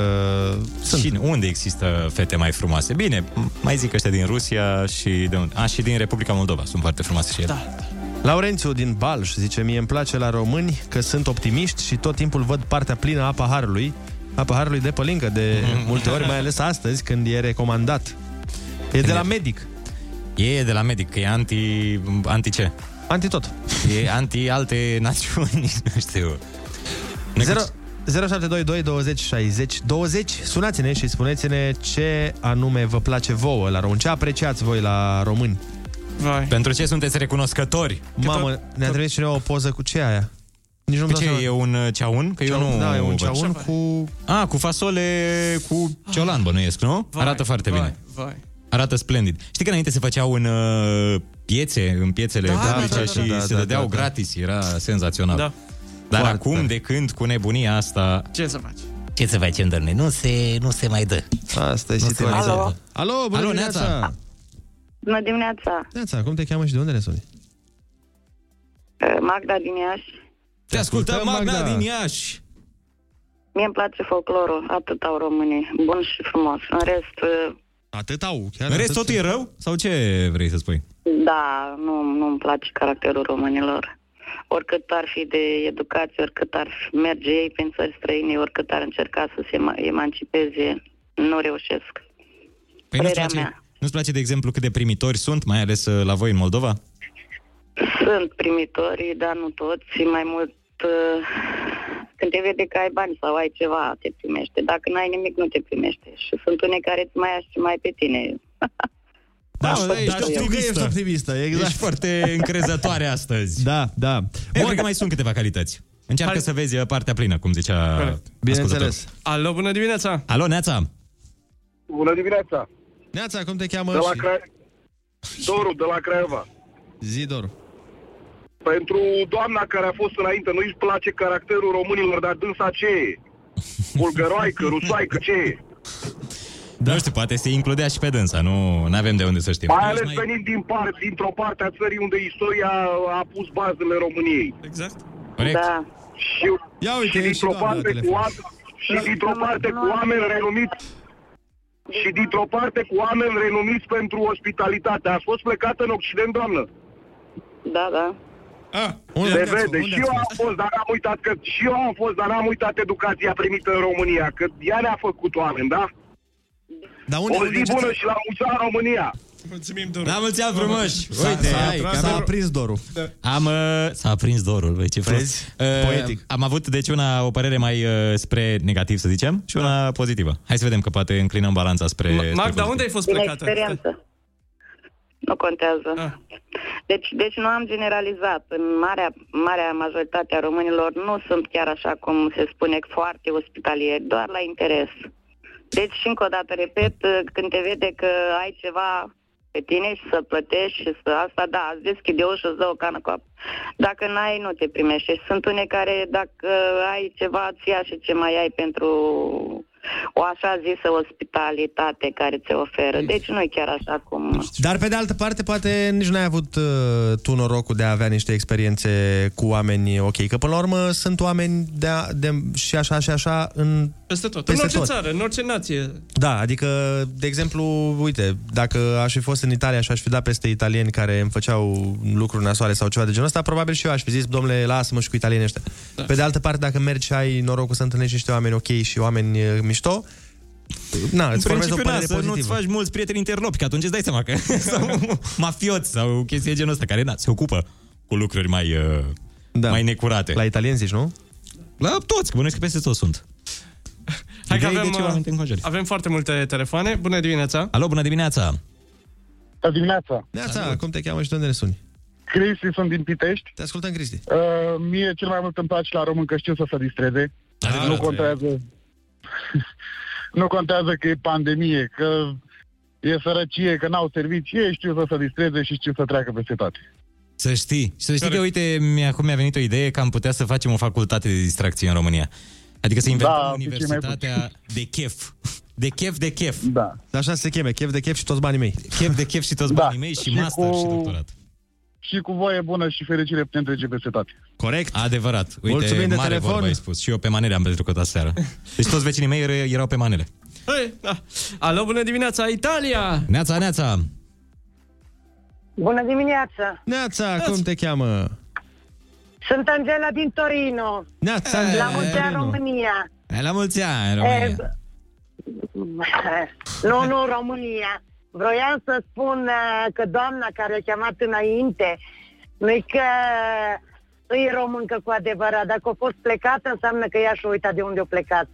sunt. Și unde există fete mai frumoase? Bine, mai zic ăștia din Rusia și de unde? A, și din Republica Moldova. Sunt foarte frumoase și ele. Da.
Laurențiu din Balș zice Mie îmi place la români că sunt optimiști și tot timpul văd partea plină a paharului a paharului de pălincă de
Mhm.
multe ori, mai ales astăzi când e recomandat. E de la medic.
E de la medic, că e anti... anti ce?
Anti tot.
E anti alte națiuni, nu știu.
0, 0722 20 60 20 Sunați-ne și spuneți-ne ce anume vă place vouă la români. Ce apreciați voi la români?
Vai.
Pentru ce sunteți recunoscători?
Mamă, ne-a trimis cineva o poză cu ce e aia? Nici nu-mi
Pe
dau
ce,
seama.
e un uh, ceaun? Că eu
Ceaun,
nu...
da, e un
văd.
ceaun cu...
A, cu fasole, cu ciolan bănuiesc, nu?
Vai,
Arată foarte
vai,
bine.
Vai.
Arată splendid. Știi că înainte se făceau în uh, piețe, în piețele
Da,
publice
da, da, da,
și
da,
se
da,
dădeau
da, da.
gratis, era senzațional.
Da.
Dar acum, de când cu nebunia asta...
Ce să faci?
Ce să facem, domne? Nu se, nu se mai dă.
Asta e
situația.
Alo. Alo, bună
Alo,
dimineața!
Neața.
Bună dimineața,
Neața, cum te cheamă și de unde ne suni?
uh, Magda din Iași.
Te ascultăm,
Magda,
Magda, din Iași!
Mie îmi place folclorul, atât au românii, bun și frumos. În rest, uh,
Atât au, chiar
În rest
atât.
totul e rău? Sau ce vrei să spui?
da, nu, nu îmi place caracterul românilor. Oricât ar fi de educație, oricât ar merge ei prin țări străine, oricât ar încerca să se ema- emancipeze, nu reușesc.
Păi nu-ți
Părerea
place,
mea.
nu-ți place, de exemplu, cât de primitori sunt, mai ales uh, la voi în Moldova?
Sunt primitori, dar nu toți, și mai mult uh, când te vede că ai bani sau ai ceva, te primește. Dacă n-ai nimic, nu te primește. Și sunt unei care îți mai ia și mai pe tine.
Da,
da, ești optimistă.
ești optimistă, exact.
Ești foarte încrezătoare astăzi.
Da, da.
Eu cred că mai sunt câteva calități. Încearcă să vezi uh, partea plină, cum zicea
Corect.
Bineînțeles.
Alo, bună dimineața!
Alo, Neața!
Bună dimineața!
Neața, cum te cheamă?
de la
și-
Cra... Doru, de la Craiova.
Zidor.
Pentru doamna care a fost înainte, nu-i place caracterul românilor, dar dânsa ce e? Bulgăroaică, rusoaică, ce e?
Da. Nu știu, poate se includea și pe dânsa, nu avem de unde să știm.
Mai ales venind din par, dintr-o parte a țării unde istoria a pus bazele României.
Exact.
Corect.
Da.
Și,
Ia uite,
și
e și
dintr-o
doamna la
parte cu
telefon.
oameni, și dintr-o parte cu oameni renumiți și dintr-o parte cu oameni renumiți pentru ospitalitate. Ați fost plecată în Occident, doamnă.
Da, da.
Ah,
Se vede. și eu am fost, dar am uitat că și eu am fost, dar am uitat educația primită în România, că ea ne-a făcut oameni, da?
Dar
o zi bună și la Muza România.
Mulțumim, Doru.
La Da, mulți ani frumoși!
S-a-
Uite,
s-a
ai,
atras- Da.
că
s-a
am-
aprins dorul.
Am, uh, s-a aprins dorul, băi, ce frumos. Uh,
Poetic.
Am avut, deci, una, o părere mai uh, spre negativ, să zicem, și una
Da.
pozitivă. Hai să vedem că poate înclinăm balanța spre... spre
Magda,
pozitiv.
unde ai fost
Din
plecată? Ah.
experiență. Nu contează. Deci, deci nu am generalizat. În marea, marea majoritate a românilor nu sunt chiar așa cum se spune foarte ospitalieri, doar la interes. Deci și încă o dată repet, când te vede că ai ceva pe tine și să plătești și să asta, da, îți deschide ușa, îți dă o cană cu apă. Dacă n-ai, nu te primești. Și Sunt unei care, dacă ai ceva, îți ia și ce mai ai pentru o așa zisă ospitalitate care ți oferă. Deci nu e chiar așa cum...
Dar pe de altă parte, poate nici n-ai avut uh, tu norocul de a avea niște experiențe cu oameni ok, că până la urmă sunt oameni de, a, de și așa și așa în...
Peste tot.
Peste
în orice
tot.
țară, în orice nație.
Da, adică, de exemplu, uite, dacă aș fi fost în Italia și aș fi dat peste italieni care îmi făceau lucruri nasoale sau ceva de genul ăsta, probabil și eu aș fi zis, domnule, lasă-mă și cu italienii ăștia. Da. Pe de altă parte, dacă mergi și ai norocul să întâlnești niște oameni ok și oameni uh, mișto, na,
În
îți formezi
principiu,
o
na,
părere
să nu-ți
pozitivă.
faci mulți prieteni interlopi, că atunci îți dai seama că sau mafioți sau chestii de genul ăsta, care na, se ocupă cu lucruri mai, uh, da. mai necurate. La
italieni zici, nu?
La toți, că bănuiesc că peste tot sunt.
Hai că
Idei de
avem,
ce oameni te
uh, avem foarte multe telefoane. Bună dimineața! Alo, bună dimineața!
Bună dimineața!
Neața, cum te cheamă și de unde ne suni?
Cristi, sunt din Pitești.
Te ascultăm, Cristi.
Uh, mie cel mai mult îmi place la român că știu să se distreze.
Adevărat,
nu contează... nu contează că e pandemie, că e sărăcie, că n-au servicii. Ei știu să se distreze și știu să treacă peste toate.
Să știi. Să știi că, uite, mi acum mi-a venit o idee că am putea să facem o facultate de distracție în România. Adică să inventăm da,
Da,
universitatea de chef. De chef, de chef.
Da.
Așa se cheme, chef de chef și toți banii mei.
Chef de chef și toți banii mei și master și doctorat.
Și cu voie bună și fericire putem trece peste toate.
Corect. Adevărat. Uite,
Mulțumim de
mare
telefon.
vorbă ai spus. Și eu pe manele am petrecut aseară. Deci toți vecinii mei er- erau pe manele.
Hei, da. Alo, bună dimineața, Italia!
Neața, neața!
Bună dimineața!
Neața, cum te cheamă?
Sunt Angela din Torino.
Neața,
La
Eh,
Angela
mulți ani,
Torino.
România.
La mulți ani, România!
Eh, nu, nu, România. Vroiam să spun eh, că doamna care a chemat înainte, nu că eh, îi româncă cu adevărat. Dacă a fost plecată, înseamnă că ea și-a uitat de unde a plecat.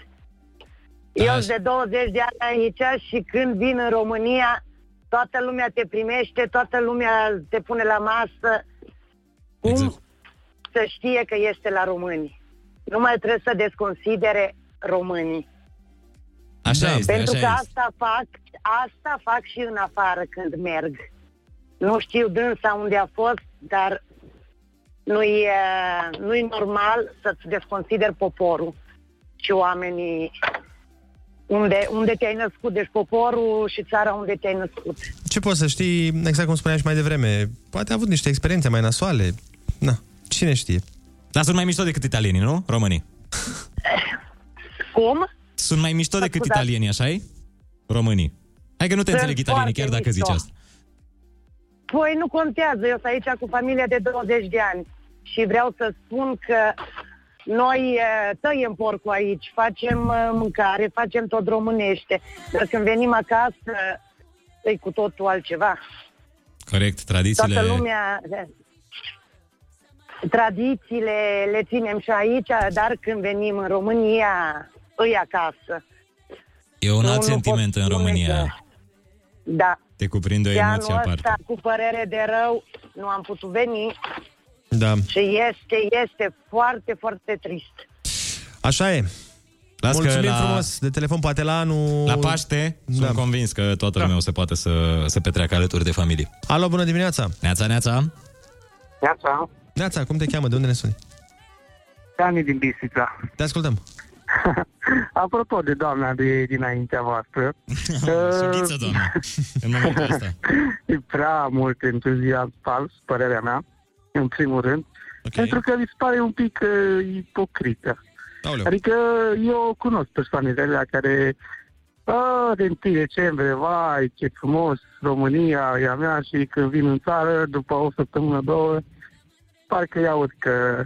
Eu sunt de 20 de ani aici și când vin în România, toată lumea te primește, toată lumea te pune la masă. Cum să știe că este la români? Nu mai trebuie să desconsidere românii.
Așa este,
Pentru
așa
că
este.
asta fac, asta fac și în afară când merg. Nu știu dânsa unde a fost, dar nu-i, eh, nu-i normal să-ți desconsider poporul și oamenii unde, unde te-ai născut, deci poporul și țara unde te-ai născut.
Ce poți să știi, exact cum spuneam și mai devreme, poate a avut niște experiențe mai nasoale. Na, cine știe?
Dar sunt mai mișto decât italienii, nu? Românii.
Cum?
Sunt mai mișto decât
scuzați.
italienii, așa -i? Românii. Hai că nu te
Sunt
înțeleg italienii,
foarte
chiar dacă zici
mișto.
asta.
Păi nu contează, eu sunt aici cu familia de 20 de ani și vreau să spun că noi eh, tăiem porcul aici, facem eh, mâncare, facem tot românește, dar când venim acasă e cu totul altceva.
Corect, tradițiile...
Toată lumea... Tradițiile le ținem și aici, dar când venim în România, îi acasă.
E un
Nu,
alt
nu
sentiment în România.
Da.
Te cuprinde o
de
emoție
anul
aparte.
ăsta, cu părere de rău, nu am putut veni,
Da.
Și este, este foarte, foarte trist.
Așa e.
Las că
Mulțumim
la-
frumos de telefon, poate la anul...
La Paște, da. sunt convins că toată lumea o să poată să, să petreacă alături de familie.
Alo, bună dimineața!
Neața, neața!
Neața! Neața, cum te cheamă? De unde ne suni?
Dani din Bistrița.
Te ascultăm.
Apropo de doamna de dinaintea voastră. uh,
Sughiță, doamne, în momentul ăsta.
E prea mult entuziasm fals, părerea mea, în primul rând. Okay. Pentru că mi se pare un pic uh, ipocrită.
Aoleu.
Adică eu cunosc persoanele alea care a, de 1 decembrie, vai, ce frumos, România e a mea și când vin în țară, după o săptămână, două, parcă iau că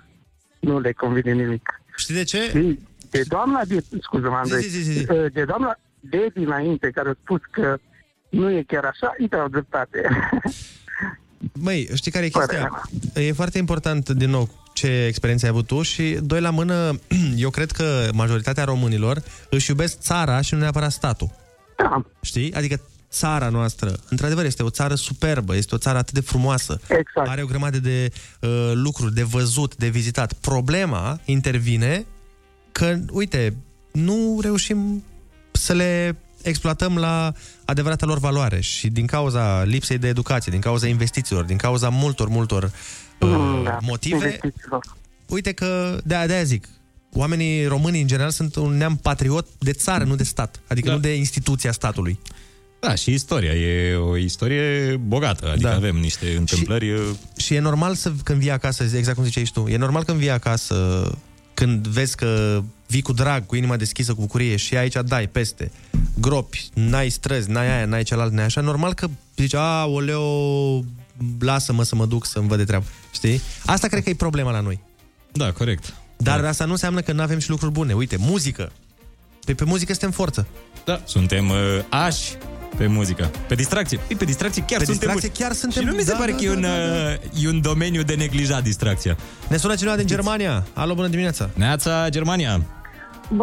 nu le convine nimic.
Știi de ce?
Eh, De doamna, de, scuze mă Andrei, de doamna de dinainte care a spus că nu e chiar așa, îi dau dreptate.
Măi, știi care e chestia? E foarte important, din nou, ce experiență ai avut tu și, doi la mână, eu cred că majoritatea românilor își iubesc țara și nu neapărat statul.
Da.
Știi? Adică țara noastră, într-adevăr, este o țară superbă, este o țară atât de frumoasă, exact. are o grămadă de uh, lucruri de văzut, de vizitat. Problema intervine că, uite, nu reușim să le exploatăm la adevărata lor valoare și din cauza lipsei de educație, din cauza investițiilor, din cauza multor, multor uh, motive, uite că de aia zic, oamenii români în general sunt un neam patriot de țară, nu de stat, adică da. nu de instituția statului.
Da, și istoria. E o istorie bogată. Adică da. avem niște întâmplări... Și...
Și e normal să când vii acasă, exact cum ziceai și tu, e normal când vii acasă, când vezi că vii cu drag, cu inima deschisă, cu bucurie și aici dai peste, gropi, n-ai străzi, n-ai aia, n-ai celălalt, n-ai așa, normal că zici, a, oleo, lasă-mă să mă duc să-mi văd de treabă, știi? Asta cred că e problema la noi.
Da, corect.
Dar da. asta nu înseamnă că nu avem și lucruri bune. Uite, muzică. Păi Pe, pe muzică suntem forță.
Da. Suntem uh, ași pe muzică. Pe distracție. Ei, pe distracție chiar
Pe
suntem...
distracție
buni.
chiar suntem-
Și nu mi se
da,
pare
da,
că e
da,
un,
da, da.
uh, e un domeniu de neglijat distracția.
Ne sună cineva din Germania. Alo, bună dimineața!
Neața, Germania!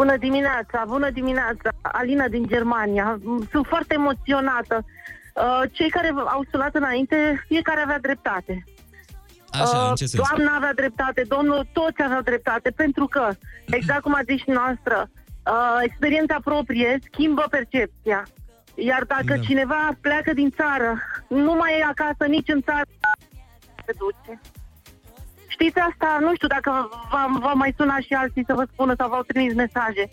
Bună dimineața, bună dimineața, Alina din Germania. Sunt foarte emoționată. Uh, Cei care au sunat înainte, fiecare avea dreptate.
Așa, în ce
Uh,
sens?
Doamna avea dreptate, domnul, toți aveau dreptate, pentru că, exact cum a zis și noastră, uh, experiența proprie schimbă percepția. Iar dacă
Da.
cineva pleacă din țară, nu mai e acasă nici în țară, se duce. Știți asta? Nu știu dacă v-am, v-am mai sunat și alții să vă spună sau v-au trimis mesaje.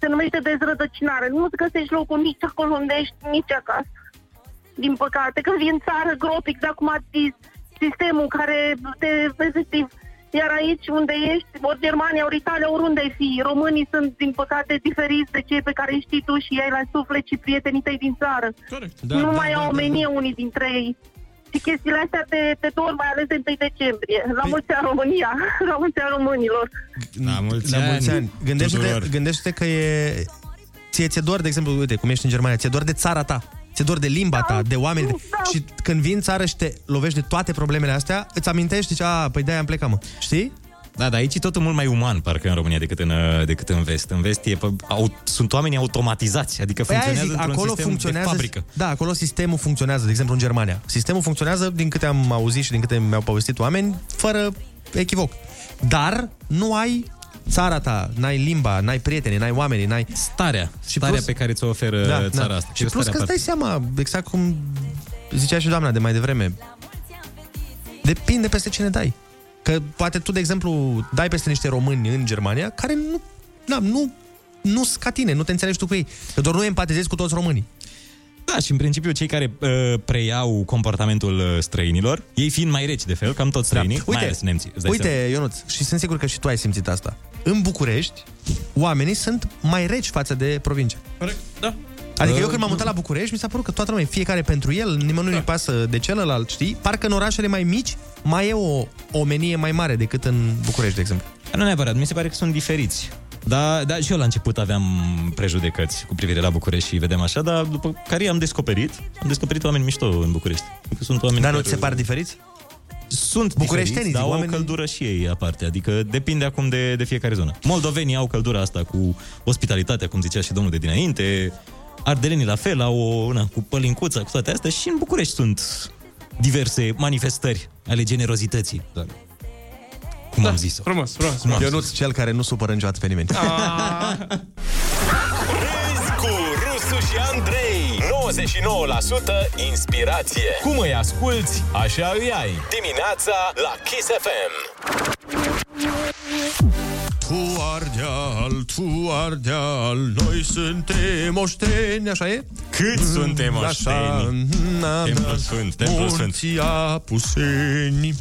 Se numește dezrădăcinare. Nu-ți găsești locul nici acolo unde ești, nici acasă. Din păcate, când vii în țară, gropi, exact cum ați zis, sistemul care te efectiv. Iar aici unde ești, ori Germania, ori Italia, oriunde ai fi, românii sunt, din păcate, diferiți de cei pe care îi știi tu și ei la suflet și prietenii tăi din țară.
Corect.
Da, nu da, mai da, au omenie da, da. unii dintre ei. Și chestiile astea te, te dor, mai ales de 1 decembrie. La mulți ani România, la mulți ani românilor.
La mulți
la
ani
mulți ani. Gândește-te,
tuturor.
gândește-te că e... Ție ți-e dor, de exemplu, uite, cum ești în Germania, ți-e dor de țara ta, ți-e dor de limba ta, de oameni. Și când vii în țară și te lovești de toate problemele astea, îți amintești, zici, a, păi de-aia am plecat, mă. Știi?
Da, dar aici e totul mult mai uman, parcă în România, decât în, uh, decât în vest. În vest e, pe, au, sunt oamenii automatizați, adică
Păi aia
funcționează
zic,
într-un
acolo
sistem
funcționează,
de fabrică.
Da, acolo sistemul funcționează, de exemplu în Germania. Sistemul funcționează, din câte am auzit și din câte mi-au povestit oameni, fără echivoc. Dar nu ai țara ta, n-ai limba, n-ai prieteni, n-ai oameni, n-ai... Da,
Starea, și starea pe care ți-o oferă țara asta.
Și
E o
plus
stare
că îți dai
aparte.
seama, exact cum zicea și doamna de mai devreme, depinde peste cine dai. Că poate tu, de exemplu, dai peste niște români în Germania care nu, na, nu, nu sunt ca tine, nu te înțelegi tu cu ei. Că doar nu empatizezi cu toți românii.
Da, și în principiu cei care uh, preiau comportamentul uh, străinilor, ei fiind mai reci de fel, cam toți străinii, mai ales nemții. îți dai
Da. uite
seama.
Ionuț, și sunt sigur că și tu ai simțit asta. În București, oamenii sunt mai reci față de provincie.
Corect, da.
Adică eu când m-am mutat la București, mi s-a părut că toată lumea, e fiecare pentru el, nimănui nu-i pasă de celălalt, știi? Parcă în orașele mai mici mai e o omenie mai mare decât în București, de exemplu.
Nu neapărat, mi se pare că sunt diferiți. Da, da, și eu la început aveam prejudecăți cu privire la București și vedem așa, dar după care am descoperit, am descoperit oameni mișto în București. Că sunt oameni
Dar nu
care-
ți se par diferiți?
Sunt
Bucureștenii,
diferiți,
zic,
dar au o
oamenii-
căldură și ei aparte, adică depinde acum de, de fiecare zonă. Moldovenii au căldura asta cu ospitalitatea, cum zicea și domnul de dinainte, ardelenii la fel au o, na, cu pălincuța, cu toate astea și în București sunt diverse manifestări ale generozității. Da. Cum da, am zis-o?
Frumos, frumos.
Cum am zis-o?
Ionuț, cel care nu supără niciodată pe nimeni.
Cu Rusu și Andrei 99% inspirație Cum îi asculti, așa îi ai Dimineața la Kiss FM
Tu ardeal, tu ardeal, noi suntem moșteni, așa e? Mm,
Cât suntem moșteni? Templul Sfânt, Templul Sfânt.
Munții Apuseni.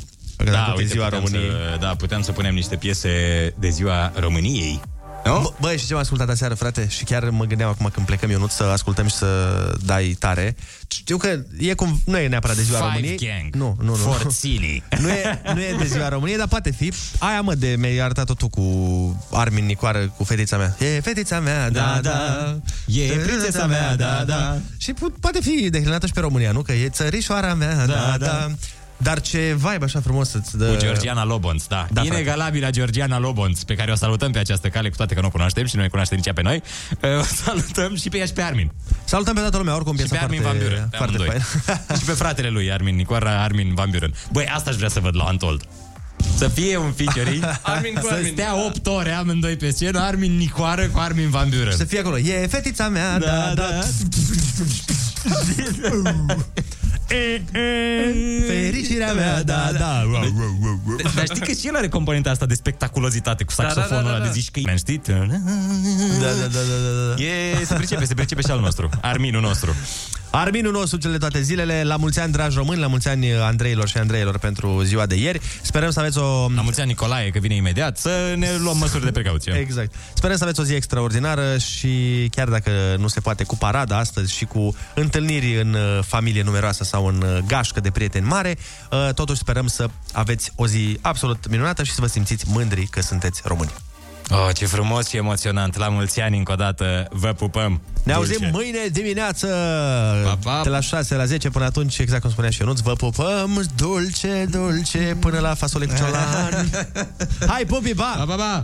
Da, uite, ziua României. Să, da, puteam să punem niște piese de ziua României
Nu? Băi, și ce am ascultat aseară, frate? Și chiar mă gândeam acum când plecăm, Ionut, să ascultăm și să dai tare. Știu că e cum... nu e neapărat de ziua
Five
României.
Gang.
Nu, nu, nu.
Forțini.
Nu e, nu e de ziua României, dar poate fi. Aia, mă, de mi-ai arătat-o tu cu Armin Nicoară, cu fetița mea. E fetița mea, da,
Da,
da.
da. E prințesa mea, da, da.
Și pu- poate fi declinată și pe România, nu? Că e țărișoara mea, da, da.
Da,
da.
da.
Dar ce vibe așa frumos să-ți dă...
Cu Georgiana Lobonț, da.
Da,
da
frate.
Inegalabilă Georgiana Lobonț, pe care o salutăm pe această cale, cu toate că nu o cunoaștem și nu ne cunoaște nici ea pe noi. Uh, O salutăm și pe ea și pe Armin.
Salutăm pe toată lumea, oricum
Și
piesa
pe Armin Van
foarte,
Buren, pe
foarte
amândoi.
faină.
și pe fratele lui Armin Nicoara, Armin Van Buren. Băi, asta aș vrea să văd la Antold. Să fie un featuring,
Armin cu
să
Armin.
stea 8 ore amândoi pe scenă, Armin Nicoară cu Armin Van Buren.
Și să fie acolo, e fetița mea, da, da. da. Fericirea mea, da, da.
Dar- Deci- Dar știi că și el are componenta asta de spectaculozitate cu
Da, da,
saxofonul
da, da,
ăla de
da.
zici că e, știi? Da, da,
da, da, da.
E, se pricepe, se pricepe și al nostru, Arminul nostru.
Arminul nostru cele toate zilele, la mulți ani dragi români, la mulți ani uh, Andreilor și Andreilor pentru ziua de ieri. Sperăm să aveți o... La
mulți ani Nicolae, că vine imediat, să ne luăm măsuri de precauție.
Exact. Sperăm să aveți o zi extraordinară și chiar dacă nu se poate cu parada astăzi și cu întâlniri în uh, familie numeroasă sau în uh, gașcă de prieteni mare, uh, totuși sperăm să aveți o zi absolut minunată și să vă simțiți mândri că sunteți români.
Oh, ce frumos și emoționant. La mulți ani încă o dată vă pupăm. Dulce.
Ne auzim mâine dimineață De la 6 la 10 până atunci Exact cum spunea și Ionuț Vă pupăm dulce, dulce Până la fasole cu ciolan Hai, pupi, ba!
Pa, pa, pa!